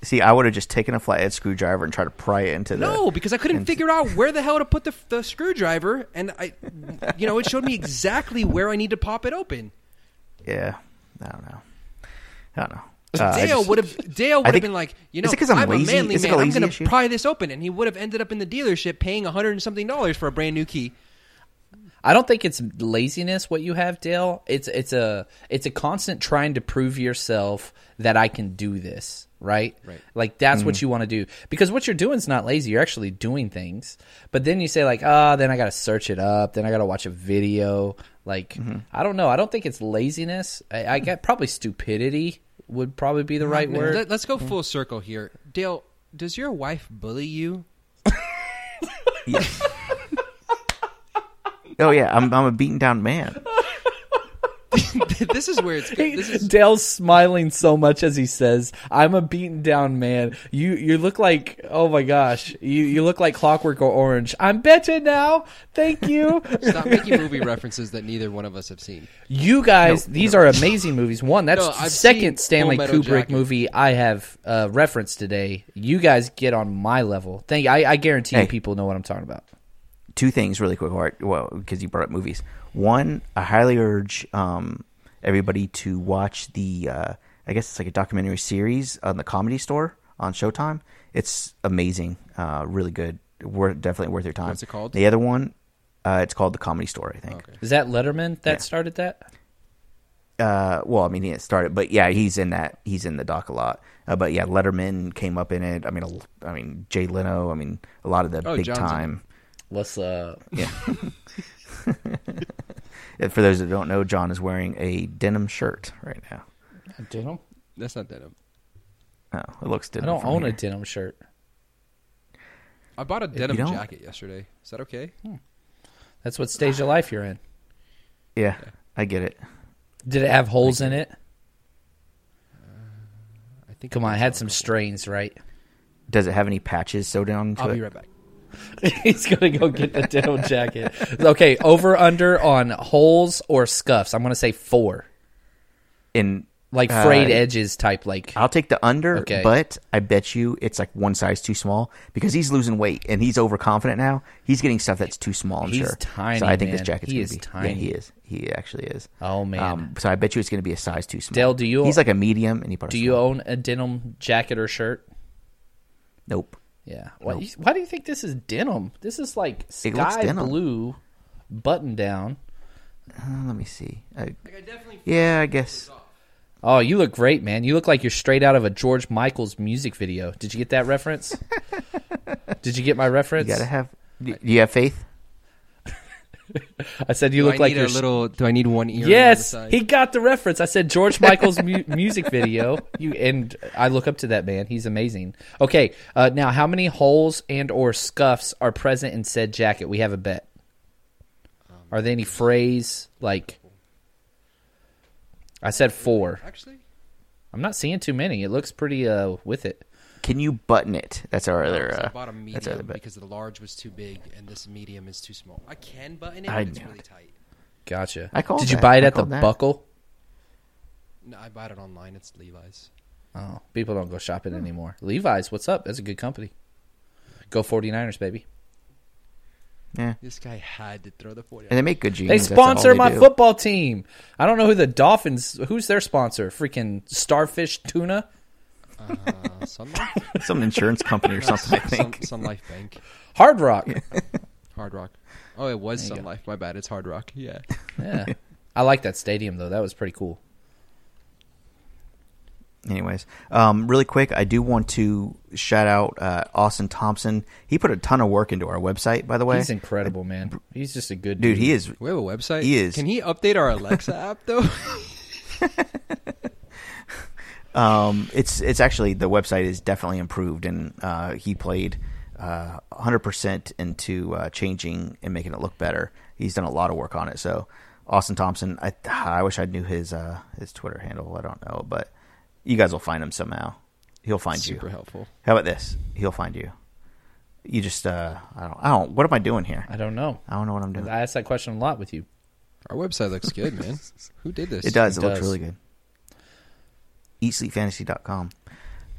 S4: See, I would have just taken a flathead screwdriver and tried to pry it into the.
S2: No, because I couldn't
S4: and-
S2: figure out where the hell to put the, the screwdriver, and I, you know, it showed me exactly where I need to pop it open.
S4: Yeah, I don't know. I don't know. Uh, I
S2: Dale
S4: just-
S2: would have Dale would
S4: I
S2: have
S4: think-
S2: been like, you
S4: is
S2: know,
S4: it 'cause I'm
S2: a
S4: lazy?
S2: manly
S4: Is it
S2: man.
S4: a
S2: I'm
S4: lazy
S2: going to
S4: issue?
S2: pry this open, and he would have ended up in the dealership paying a hundred and something dollars for a brand new key.
S1: I don't think it's laziness what you have, Dale. It's it's a it's a constant trying to prove yourself that I can do this, right? Right. Like that's what you want to do because what you're doing is not lazy. You're actually doing things, but then you say like, ah, then I got to search it up. Then I got to watch a video. Like I don't know. I don't think it's laziness. I, I get probably stupidity would probably be the right word.
S2: Let, us go
S4: Mm-hmm.
S2: full circle here, Dale. Does your wife bully you?
S4: Oh yeah, I'm I'm a beaten down man.
S2: this is where it's. Good. This is
S1: Dale's smiling so much as he says, "I'm a beaten down man. You you look like oh my gosh, you you look like Clockwork or Orange. I'm better now. Thank you.
S2: stop making movie references that neither one of us have seen.
S1: you guys, these are amazing movies. One, that's
S2: No,
S1: the
S2: I've seen
S1: second Stanley
S2: Full Metal
S1: Kubrick
S2: Jacket.
S1: movie I have uh, referenced today. You guys get on my level. Thank I, I guarantee
S4: Hey.
S1: you people know what I'm talking about.
S4: Two things really quick, Art. Well, because you brought up movies. One, I highly urge um, everybody to watch the. Uh, I guess it's like a documentary series on the Comedy Store on Showtime. It's amazing. Uh, really good. Worth definitely worth your time.
S2: What's it called?
S4: The other one, uh, it's called the Comedy Store. I think.
S1: Is that Letterman that started that?
S4: uh, well, I mean, he didn't start it, but yeah, he's in that. He's in the doc a lot. Uh, but yeah, Letterman came up in it. I mean, a, I mean, Jay Leno. I mean, a lot of the
S2: Oh,
S4: big
S2: John's in
S4: time.
S1: Let's uh
S4: And Uh, For those that don't know, John is wearing a denim shirt right now.
S1: denim.
S2: That's not denim.
S4: Oh, it looks
S1: I
S4: denim.
S1: don't
S4: from
S1: own
S4: here.
S1: a denim shirt.
S2: I bought a denim
S4: don't-
S2: jacket yesterday. Is that okay?
S1: That's what stage of life you're in.
S4: Yeah, I get it.
S1: Did it have holes in it?
S2: Uh, I think.
S1: Come on, it had some strains, right?
S4: Does it have any patches sewed down? to
S2: I'll
S4: it?
S2: be right back.
S1: He's gonna go get the denim jacket. Okay, over under on holes or scuffs. I'm gonna say four,
S4: In
S1: like
S4: uh,
S1: frayed edges type. Like
S4: I'll take the under,
S1: Okay.
S4: but I bet you it's like one size too small because he's losing weight and he's overconfident now. He's getting stuff that's too small. I'm
S1: He's
S4: sure.
S1: tiny,
S4: So I think
S1: man.
S4: this jacket's
S1: He
S4: gonna
S1: is
S4: be
S1: tiny.
S4: Yeah, he is. He actually is. Um,
S1: Oh, man.
S4: so I bet you it's going to be a size too small.
S1: Dale, do you-
S4: He's like a medium, and he
S1: do you own a denim jacket or shirt?
S4: Nope.
S1: Yeah. Why, you- why do you think this is denim? This is like
S4: It looks
S1: sky
S4: denim.
S1: blue button down.
S4: Uh, let me see. I,
S2: I definitely
S4: yeah, I guess.
S1: Oh, you look great, man. You look like you're straight out of a George Michael's music video. Did you get that reference? Did you get my reference?
S4: You gotta have. Do do you have faith?
S1: I said you look
S2: I
S1: like
S2: need
S1: you're
S2: a little. Do I need one ear? on the
S1: Yes,
S2: side?
S1: he got the reference. I said George Michael's mu- music video. You and I look up to that man. He's amazing. Okay, uh, now how many holes and or scuffs are present in said jacket? We have a bet.
S2: Um,
S1: Are there any frays like? I said four.
S2: actually.
S1: I'm not seeing too many. It looks pretty uh with it.
S4: Can you button it? That's our other.
S2: So
S4: Uh,
S2: I bought a
S4: that's our other
S2: medium
S4: bet.
S2: because the large was too big and this medium is too small. I can button it,
S4: I
S2: but it's
S4: knew
S2: really
S4: it.
S2: tight.
S1: Gotcha.
S4: I called
S1: Did you
S4: that.
S1: buy it
S4: I
S1: at the
S4: called that.
S1: Buckle?
S2: No, I bought it online. It's Levi's.
S1: Oh, people don't go shopping anymore. Levi's, what's up? That's a good company. Go 49ers, baby.
S4: Yeah.
S2: This guy had to throw the 40.
S4: And they make good jeans.
S1: They
S4: that's all
S1: sponsor
S4: they
S1: my
S4: do.
S1: football team. I don't know who the Dolphins, who's their sponsor? Freaking Starfish Tuna?
S2: Uh, Sun Life?
S4: Some insurance company or something, I
S2: Sun,
S4: think.
S2: Sun Life Bank.
S1: Hard Rock.
S2: Hard Rock. Oh, it was
S1: you
S2: Sun
S1: go.
S2: Life. My bad. It's Hard Rock. Yeah.
S1: yeah. I like that stadium, though. That was pretty cool.
S4: Anyways, um, really quick, I do want to shout out uh, Austin Thompson. He put a ton of work into our website, by the way.
S1: He's incredible, man. He's just a good
S4: Dude, he is.
S2: We have a website.
S4: He is.
S2: Can he update our Alexa app though?
S4: Um, it's it's actually the website is definitely improved, and uh, he played uh, 100% into uh, changing and making it look better. He's done a lot of work on it. So, Austin Thompson, I I wish I knew his uh, his Twitter handle. I don't know, but you guys will find him somehow. He'll find you.
S2: Super helpful.
S4: How about this? He'll find you. You just uh, I don't I don't. What am I doing here?
S1: I don't know.
S4: I don't know what I'm doing.
S1: I asked that question a lot with you.
S2: Our website looks good, man. Who did this?
S4: It does.
S1: It
S4: It, looks
S1: does.
S4: really good. EatSleepFantasy.com.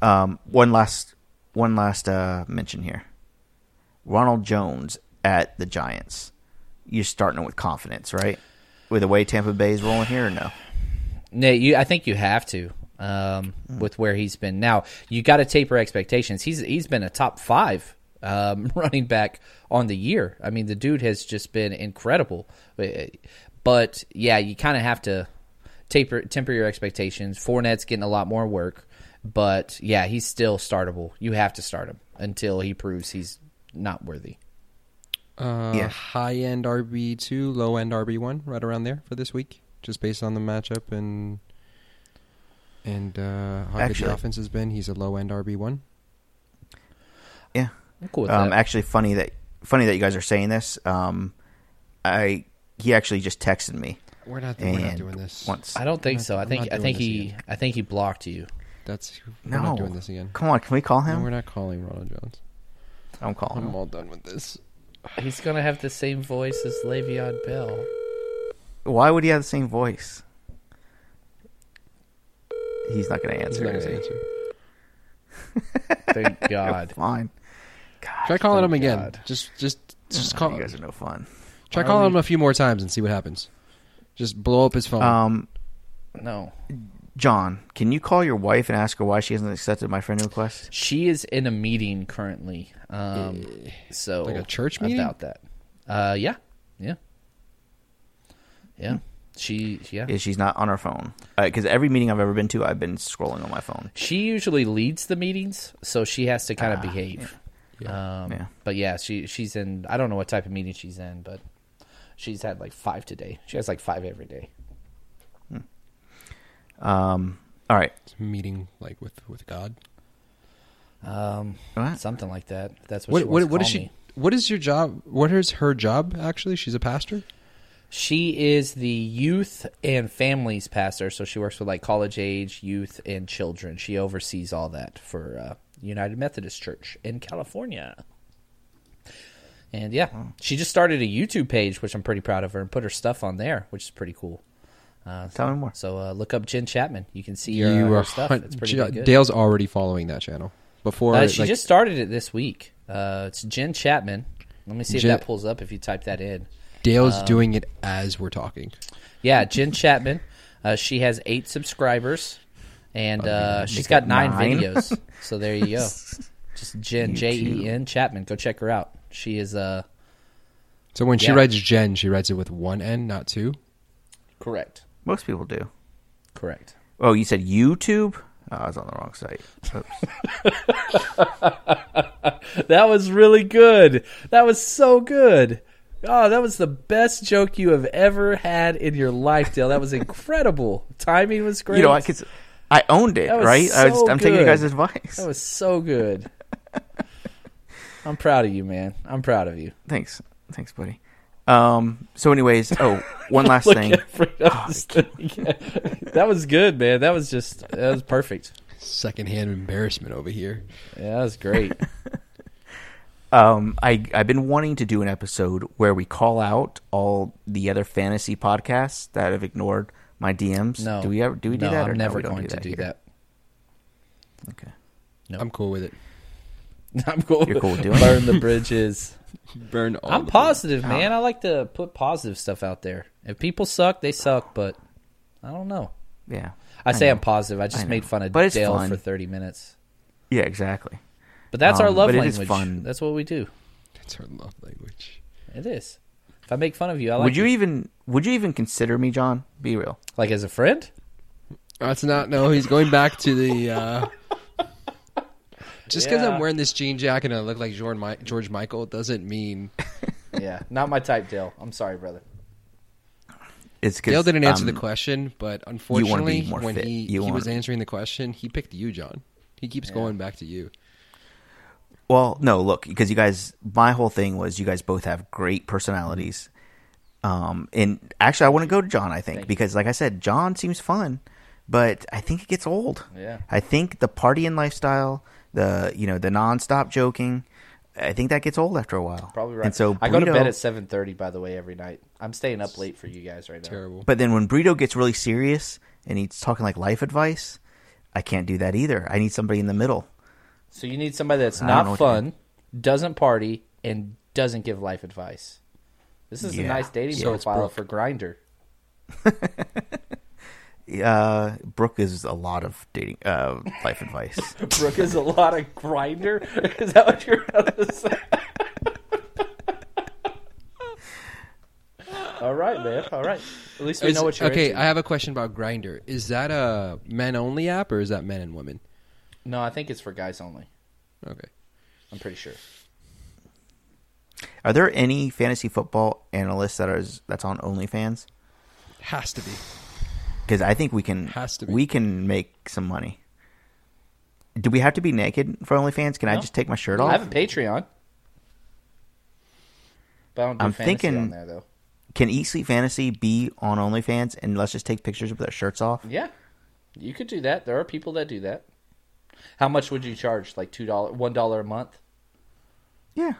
S4: Um, one last, one last uh, mention here. Ronald Jones at the Giants. You're starting with confidence, right? With the way Tampa Bay is rolling here, or no?
S1: Nate, you, I think you have to um, with where he's been. Now you got to taper expectations. He's he's been a top five um, running back on the year. I mean, the dude has just been incredible. Uh, But yeah, you kind of have to taper temper your expectations. Fournette's getting a lot more work, but yeah, he's still startable. You have to start him until he proves he's not worthy.
S2: Uh,
S4: Yeah.
S2: High end RB two, low end RB one, right around there for this week, just based on the matchup and and uh, how good
S4: Actually-
S2: the offense has been. He's a low end RB one.
S4: Yeah.
S1: I'm cool with
S4: Um,
S1: that.
S4: actually, funny that funny that you guys are saying this. Um, I he actually just texted me.
S2: We're not.
S4: And
S2: we're not doing this.
S4: Once
S1: I don't think so. I
S2: I'm
S1: think
S2: not
S1: I
S2: doing
S1: think
S2: this
S1: he
S2: again.
S1: I think he blocked you.
S2: That's. We're
S4: no,
S2: not doing this again.
S4: Come on, can we call
S2: No,
S4: him?
S2: we're not calling Ronald Jones.
S4: I'm calling
S2: I'm
S4: him.
S2: all done with this.
S1: He's gonna have the same voice as Le'Veon Bell.
S4: Why would he have the same voice? He's not going to
S2: He's
S4: answer.
S2: not gonna
S4: is he?
S2: answer.
S1: Thank God.
S4: Fine. God,
S2: Try calling
S1: thank
S2: him again.
S1: God.
S2: Just, just, just
S4: you
S2: call.
S4: guys are no fun.
S2: Try
S1: Why
S2: calling
S1: are
S2: him a few more times and see what happens. Just blow up his
S1: Oh.
S2: phone.
S4: Um,
S1: No,
S4: John, can you call your wife and ask her why she hasn't accepted my friend request?
S1: she is in a meeting currently. Um, so
S2: Eh, Like a church meeting?
S1: about that. Uh, yeah, yeah,
S2: Hmm.
S1: yeah. She, yeah.
S2: Eh.
S4: Yeah, she's not on her phone. Because every meeting I've ever been to, I've been scrolling on my phone.
S1: she usually leads the meetings, so she has to
S2: Ah,
S1: kind of behave. Um,
S4: Yeah.
S1: But yeah, she she's in. I don't know what type of meeting she's in, but she's had like five today. She has like five every day.
S4: Um, all right.
S2: meeting like with with God.
S1: Um,
S4: What?
S1: something like that. That's what. she
S2: Ah. What
S1: wants
S2: what
S1: to
S2: what is
S1: call
S2: she?
S1: me.
S2: What is your job? What is her job actually? She's a pastor.
S1: She is the youth and families pastor, so she works with like college age youth and children. She oversees all that for uh, United Methodist Church in California. And yeah, she just started a YouTube page, which I'm pretty proud of her, and put her stuff on there, which is pretty cool.
S4: Tell me more.
S1: So uh, look up Jen Chapman. You can see her,
S2: You
S1: her
S2: are
S1: stuff.
S2: hun-
S1: It's pretty
S2: Ja-
S1: good.
S2: Dale's already following that channel before.
S1: Uh, she
S2: like,
S1: just started it this week. Uh, it's Jen Chapman. Let me see
S2: Jen-
S1: if that pulls up if you type that in.
S2: Dale's
S1: um,
S2: doing it as we're talking.
S1: Yeah, Jen Chapman. Uh, she has eight subscribers, and uh, she's
S4: Oh, Make
S1: got
S4: it
S1: nine,
S4: nine.
S1: videos. So there you go. Just Jen J E N Chapman. Go check her out. She is uh
S2: So when she
S1: Yeah.
S2: writes Jen, she writes it with one N, not two.
S1: correct.
S4: Most people do.
S1: Correct.
S4: Oh, you said YouTube? Oh, I was on the wrong site. Oops.
S1: That was really good. That was so good. Oh, that was the best joke you have ever had in your life, Dale. That was incredible. Timing was great.
S4: you know, I, could, I owned it,
S1: That was
S4: right?
S1: so
S4: I was, I'm taking you
S1: good.
S4: guys' advice.
S1: That was so good. I'm proud of you, man. I'm proud of you.
S4: Thanks. Thanks, buddy. Um, so, anyways, oh, one last
S1: Look
S4: thing.
S1: at Fredo's thing. that was good, man. That was just that was perfect.
S2: Secondhand embarrassment over here.
S1: Yeah, that was great.
S4: Um, I I've been wanting to do an episode where we call out all the other fantasy podcasts that have ignored my DMs.
S1: No,
S4: do we ever do we do
S1: no,
S4: that? or
S1: I'm
S4: no,
S1: never
S4: we don't
S1: going to do
S4: here?
S1: that.
S4: Okay.
S2: I'm cool with it.
S1: I'm cool.
S4: You're cool with doing Oh.
S1: Burn the bridges.
S2: Burn all.
S1: I'm
S2: the-
S1: positive, man. I like to put positive stuff out there. If people suck, they suck. But I don't know.
S4: Yeah.
S1: I, say
S4: know.
S1: I'm positive. I just
S4: know.
S1: made fun of
S4: But it's
S1: Dale
S4: fun.
S1: for 30 minutes.
S4: Yeah, exactly.
S1: But that's
S4: Um,
S1: our love
S4: but it
S1: language.
S4: is fun.
S1: That's what we do.
S2: That's our love language.
S1: It is. If I make fun of you, I like
S4: would you
S1: it.
S4: even would you even consider me, John? Be real.
S1: like as a friend.
S2: That's not. No, he's going back to the. Uh, just because
S1: Yeah.
S2: I'm wearing this jean jacket and I look like George, Mi- George Michael doesn't mean
S1: Yeah, not my type, Dale. I'm sorry, brother.
S4: It's 'cause,
S2: Dale didn't answer
S4: um,
S2: the question, but
S4: be
S2: unfortunately,
S4: more
S2: when
S4: fit.
S2: he,
S4: You
S2: he was
S4: want-
S2: answering the question, he picked you, John. He keeps going back to you.
S4: Well, no, look, because you guys, my whole thing was you guys both have great personalities. Um, and actually, I want to go to John. I think because, like I said, John seems fun, but I think it gets old.
S1: Yeah.
S4: I think the partying lifestyle, the you know the nonstop joking, I think that gets old after a while.
S1: Probably right.
S4: And so
S1: I go to
S4: Brito-
S1: bed at 7:30 by the way every night. I'm staying up late for you guys right now.
S2: Terrible.
S4: But then when Brito gets really serious and he's talking like life advice, I can't do that either. I need somebody in the middle.
S1: So you need somebody that's
S4: don't know
S1: not
S4: what you
S1: fun, doesn't party, and doesn't give life advice. This is a
S4: Yeah.
S1: nice dating
S4: So
S2: it's
S1: profile
S2: Brooke.
S1: for Grinder.
S4: Uh, Brooke is a lot of dating uh, life advice.
S1: Brooke is a lot of Grinder. Is that what you're about to say? All right, man. All right. At least we
S2: Is-
S1: know what you're
S2: okay,
S1: into.
S2: I have a question about Grinder. Is that a men only app or is that men and women?
S1: no, I think it's for guys only.
S2: Okay.
S1: I'm pretty sure.
S4: Are there any fantasy football analysts that are that's on OnlyFans?
S2: Has to be.
S4: Because I think we can
S2: Has to be.
S4: we can make some money. Do we have to be naked for OnlyFans? Can I
S1: No.
S4: just take my shirt
S1: I have a
S4: off?
S1: Patreon. But I don't do
S4: I'm
S1: fantasy
S4: thinking-
S1: on there though.
S4: Can Eat Sleep Fantasy be on OnlyFans and let's just take pictures with our shirts off?
S1: Yeah, you could do that. There are people that do that. How much would you charge? Like two dollar, one dollar a month?
S4: Yeah.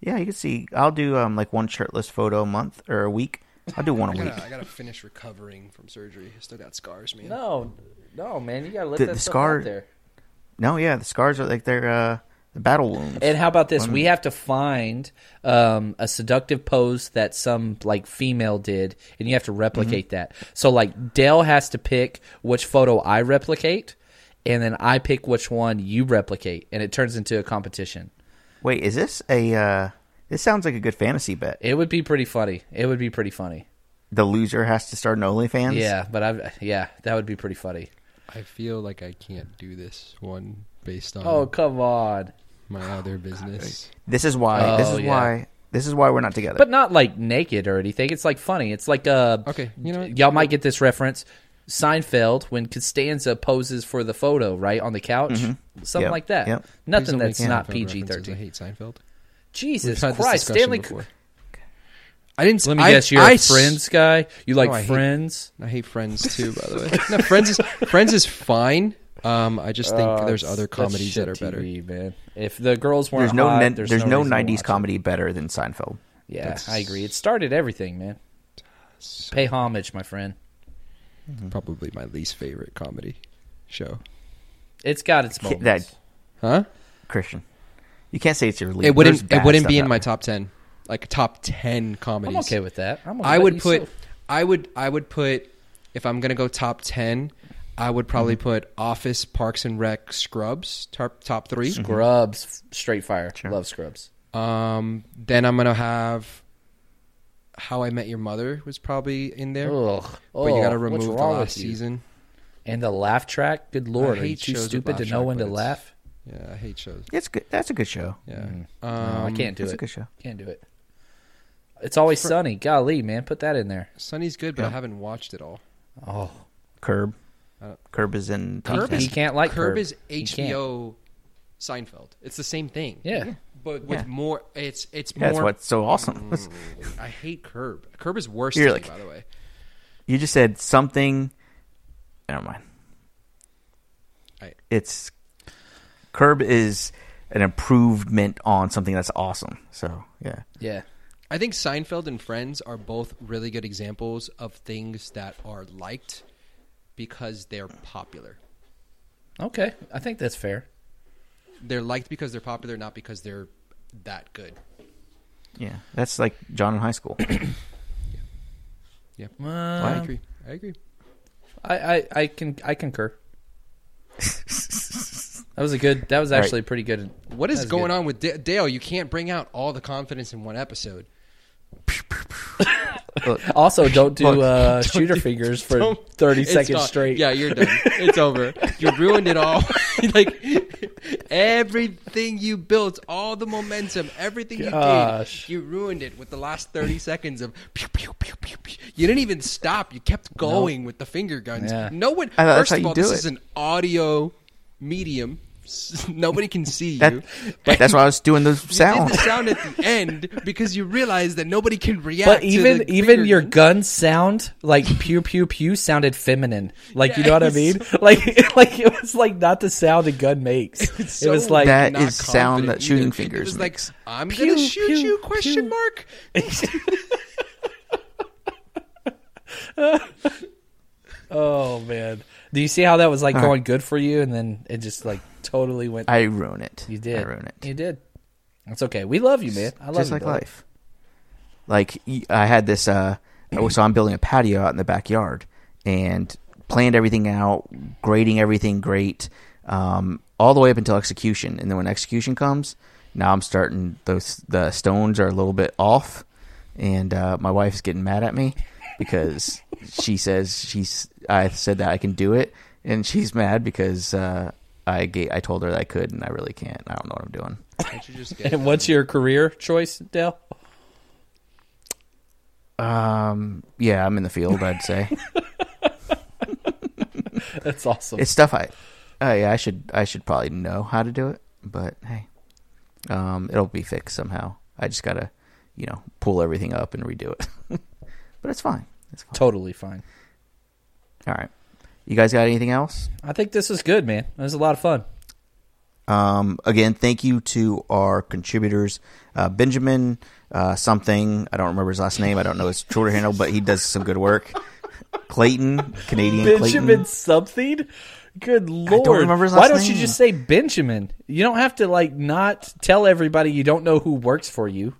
S4: Yeah, you can see. I'll do um, like one shirtless photo a month or a week. I'll do one a week.
S2: I gotta finish recovering from surgery. Still got scars, man.
S1: No, no, man, you gotta let
S4: The-
S1: that
S4: the
S1: stuff
S4: scar-
S1: out there.
S4: No, yeah, the scars are like they're uh, the battle wounds.
S1: And how about this? We have to find um, a seductive pose that some like female did, and you have to replicate
S4: Mm-hmm.
S1: that. So like Dale has to pick which photo I replicate, and then I pick which one you replicate, and it turns into a competition.
S4: Wait, is this a? Uh, this sounds like a good fantasy bet.
S1: It would be pretty funny. It would be pretty funny.
S4: The loser has to start an OnlyFans.
S1: Yeah, but I've yeah, that would be pretty funny.
S2: I feel like I can't do this one based on
S1: Oh come on!
S2: my other business.
S4: This is why. this
S1: Oh,
S4: is
S1: yeah.
S4: why. This is why we're not together.
S1: But not like naked or anything. It's like funny. It's like uh
S2: Okay, you know what?
S1: y'all might get this reference. Seinfeld when Costanza poses for the photo right on the couch, something
S4: Yep,
S1: like that.
S4: yep.
S2: Mm-hmm. Please
S1: Nothing
S2: don't make
S1: that's not
S2: Seinfeld
S1: PG
S2: references. I
S1: thirteen.
S2: hate Seinfeld.
S1: Jesus
S2: We've had this
S1: Christ,
S2: discussion
S1: Stanley.
S2: before. I didn't.
S1: Let me
S2: I-
S1: guess, you're
S2: I
S1: a
S2: s-
S1: Friends guy. You like
S2: No, I hate-
S1: Friends?
S2: I hate Friends too, by the way. No, Friends is Friends is fine. Um, I just think
S1: Uh,
S2: there's other comedies that are better.
S1: better, man. If the girls weren't
S4: there's no
S1: hot,
S4: nin-
S1: there's,
S4: there's, no,
S1: reason to
S4: 90s
S1: watch it.
S4: comedy better than Seinfeld.
S1: Yeah, I agree. It started everything, man. Pay homage, my friend.
S2: Probably my least favorite comedy show.
S1: It's got its moments.
S4: That
S2: Huh?
S4: Christian, you can't say it's your. lead.
S2: It
S4: There's
S2: wouldn't. It
S4: bad
S2: wouldn't
S4: stuff
S2: be in
S4: out
S2: my
S4: there.
S2: top ten. Like top ten comedies.
S1: I'm okay with that. I'm okay
S2: I
S1: with
S2: would
S1: you,
S2: put.
S1: so-
S2: I would. I would put. If I'm gonna go top ten, I would probably
S1: Mm-hmm.
S2: put Office, Parks and Rec, Scrubs, top top three.
S1: Scrubs, straight fire. Love Scrubs.
S2: Um, then I'm gonna have How I Met Your Mother was probably in there,
S1: Ugh.
S2: but you gotta
S1: Ugh, Oh, what's
S2: remove the
S1: wrong
S2: last
S1: with you?
S2: season.
S1: And the laugh track. Good lord, are you
S2: hate
S1: too
S2: shows with
S1: stupid to
S2: laugh
S1: know
S2: track,
S1: when to
S2: but it's-
S1: laugh?
S2: Yeah, I hate shows.
S4: It's good. That's a good show.
S2: Yeah,
S1: Mm. No, I
S2: um,
S1: can't do
S4: that's
S1: it.
S4: a good show.
S1: Can't do it. It's always sunny. Golly, man, put that in there.
S2: Sunny's good, but I haven't watched it all.
S1: Oh,
S4: Curb. Curb is in. top
S1: Uh, Curb
S4: 10.
S1: is- He can't like Curb.
S2: is
S1: He can't.
S2: HBO Seinfeld. It's the same thing.
S1: Yeah.
S2: but with
S4: Yeah.
S2: more. It's it's
S4: Yeah, that's
S2: more.
S4: what's so awesome.
S2: I hate Curb. Curb is worse.
S4: You're
S2: to me,
S4: like-
S2: by the way,
S4: you just said something. Never mind.
S2: I-
S4: It's Curb is an improvement on something that's awesome. So yeah,
S1: Yeah.
S2: I think Seinfeld and Friends are both really good examples of things that are liked because they're popular.
S1: Okay. I think that's fair.
S2: They're liked because they're popular, not because they're that good.
S4: yeah, that's like John in high school.
S2: Yeah, I
S1: Uh,
S2: agree. I agree.
S1: I, I, I can I concur. that was a good. That was actually pretty good.
S2: What is
S1: That's
S2: going
S1: good.
S2: on with Da- Dale? You can't bring out all the confidence in one episode.
S1: Also, don't do uh,
S2: Don't
S1: shooter
S2: do-
S1: fingers for
S2: don't-
S1: thirty
S2: It's
S1: seconds
S2: not-
S1: straight.
S2: Yeah, you're done. It's over. You ruined it all. like everything you built, all the momentum, everything you
S1: Gosh.
S2: did, you ruined it with the last thirty seconds of pew pew pew pew. pew. You didn't even stop. You kept going with the finger guns.
S1: Yeah.
S2: No one.
S4: I thought that's
S2: First
S4: how
S2: of
S4: you
S2: all,
S4: do
S2: this
S4: it.
S2: is an audio medium. Nobody can see
S4: That,
S2: you.
S4: that's why I was doing the
S2: You did
S4: sound.
S2: the sound at the end because you realized that nobody can react.
S1: But
S2: to
S1: even
S2: the
S1: even
S2: finger
S1: your
S2: guns.
S1: gun sound, like pew pew pew, sounded feminine. Like you know what I
S2: Yeah, it
S1: mean? Like like it was like not the sound a gun makes. It was,
S2: so
S1: like
S4: That-
S2: not
S4: is sound
S2: confident
S4: that shooting
S2: either.
S4: fingers
S2: It was
S4: makes.
S2: like I'm
S1: Pew,
S2: gonna shoot
S1: pew,
S2: you?
S1: pew.
S2: Question mark.
S1: oh man. Do you see how that was like going good for you, and then it just like totally went?
S4: I ruin it.
S1: you did.
S4: I ruin it.
S1: You did. That's okay. We love you, man. I love
S4: just
S1: you,
S4: like
S1: brother.
S4: life. Like y- I had this. Uh, so I'm building a patio out in the backyard and planned everything out, grading everything great, um, all the way up until execution. And then when execution comes, now I'm starting those. The stones are a little bit off, and uh, my wife's getting mad at me because she says she's. I said that I can do it, and she's mad because uh, I ga- I told her that I could, and I really can't. I don't know what I'm doing.
S2: Don't you just get-
S1: And what's your career choice, Dale?
S4: Um, yeah, I'm in the field. I'd say
S1: That's awesome.
S4: it's stuff I, uh, yeah, I should I should probably know how to do it, but hey, um, it'll be fixed somehow. I just gotta, you know, pull everything up and redo it. but it's fine. It's fine.
S1: totally fine.
S4: All right, you guys got anything else?
S1: I think this is good, man. It was a lot of fun.
S4: Um, again, thank you to our contributors, uh, Benjamin uh, something. I don't remember his last name. I don't know his Twitter handle, but he does some good work. Clayton, Canadian
S1: Benjamin
S4: Clayton.
S1: something? Good lord.
S4: remember his
S1: Why
S4: last
S1: don't you
S4: name.
S1: just say Benjamin? You don't have to like not tell everybody you don't know who works for you.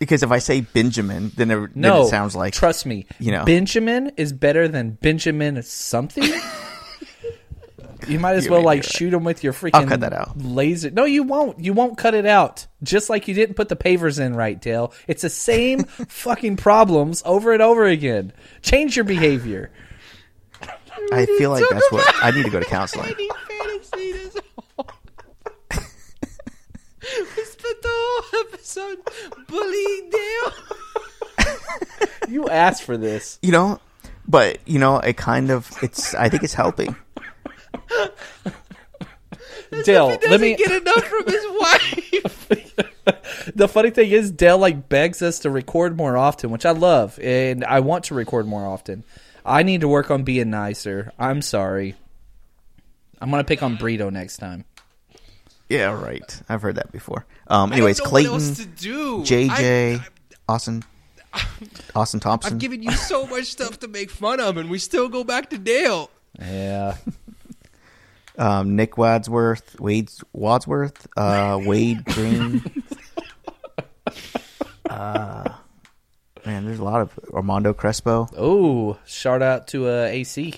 S4: Because if I say Benjamin, then it, then
S1: No.
S4: it sounds like
S1: trust me.
S4: you know.
S1: Benjamin is better than Benjamin something. you might as
S4: You
S1: well
S4: mean
S1: like
S4: you're right.
S1: shoot him with your freaking
S4: I'll cut that out.
S1: laser. No, you won't. You won't cut it out. Just like you didn't put the pavers in right, Dale. It's the same fucking problems over and over again. Change your behavior.
S4: I feel like that's what I need to go to counseling.
S2: Any fantasy is all. we spent the whole episode bullying Dale.
S1: You asked for this.
S4: You know, but you know, it kind of it's. I think it's helping.
S1: Dale,
S2: He
S1: let
S2: doesn't
S1: me.
S2: get enough from his wife.
S1: the funny thing is, Dale like begs us to record more often, which I love, and I want to record more often. I need to work on being nicer. I'm sorry. I'm gonna pick on Brito next time.
S4: Yeah, right. I've heard that before. Um. Anyways,
S2: I don't know
S4: Clayton,
S2: what else to do. I,
S4: JJ,
S2: I,
S4: Austin, Austin Thompson.
S2: I've given you so much stuff to make fun of, and we still go back to Dale.
S1: Yeah,
S4: um, Nick Wadsworth, Wade Wadsworth, uh, Wade Green. uh, man, there's a lot of Armando Crespo.
S1: Oh, shout out to uh, AC.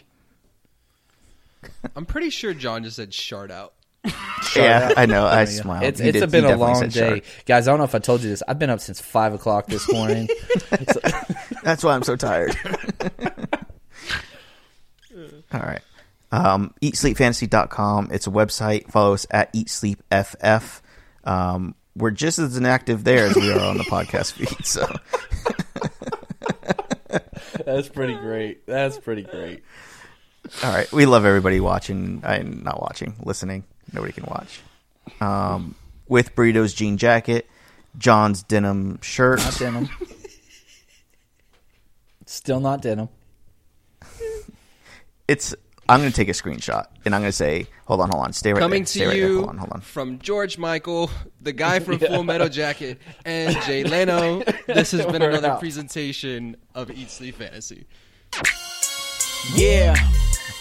S2: I'm pretty sure John just said shard out.
S4: yeah, I know. I
S1: Yeah.
S4: smiled.
S1: It's,
S4: He
S1: it's
S4: did- he
S1: been a
S4: definitely
S1: long
S4: said
S1: day,
S4: shark.
S1: guys. I don't know if I told you this. I've been up since five o'clock this morning.
S4: That's why I'm so tired. All right. Um, eatsleepfantasy.com. It's a website. Follow us at eatsleepff. Um, we're just as inactive there as we are on the podcast feed. So
S1: That's pretty great. That's pretty great.
S4: All right. We love everybody watching and not watching, listening. Nobody can watch. Um, with Burrito's jean jacket, John's denim shirt.
S1: Not denim. Still not denim.
S4: It's I'm going to take a screenshot and I'm going to say, hold on, hold on, stay right
S2: Coming
S4: there,
S2: to
S4: stay right
S2: you
S4: there, hold on, hold on.
S2: from George Michael, the guy from Full Metal Jacket, and Jay Leno. This has been
S1: We're
S2: another
S1: out.
S2: presentation of Eat Sleep Fantasy.
S3: Yeah.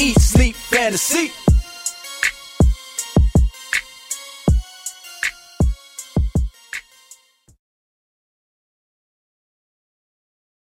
S3: Eat, sleep, fantasy.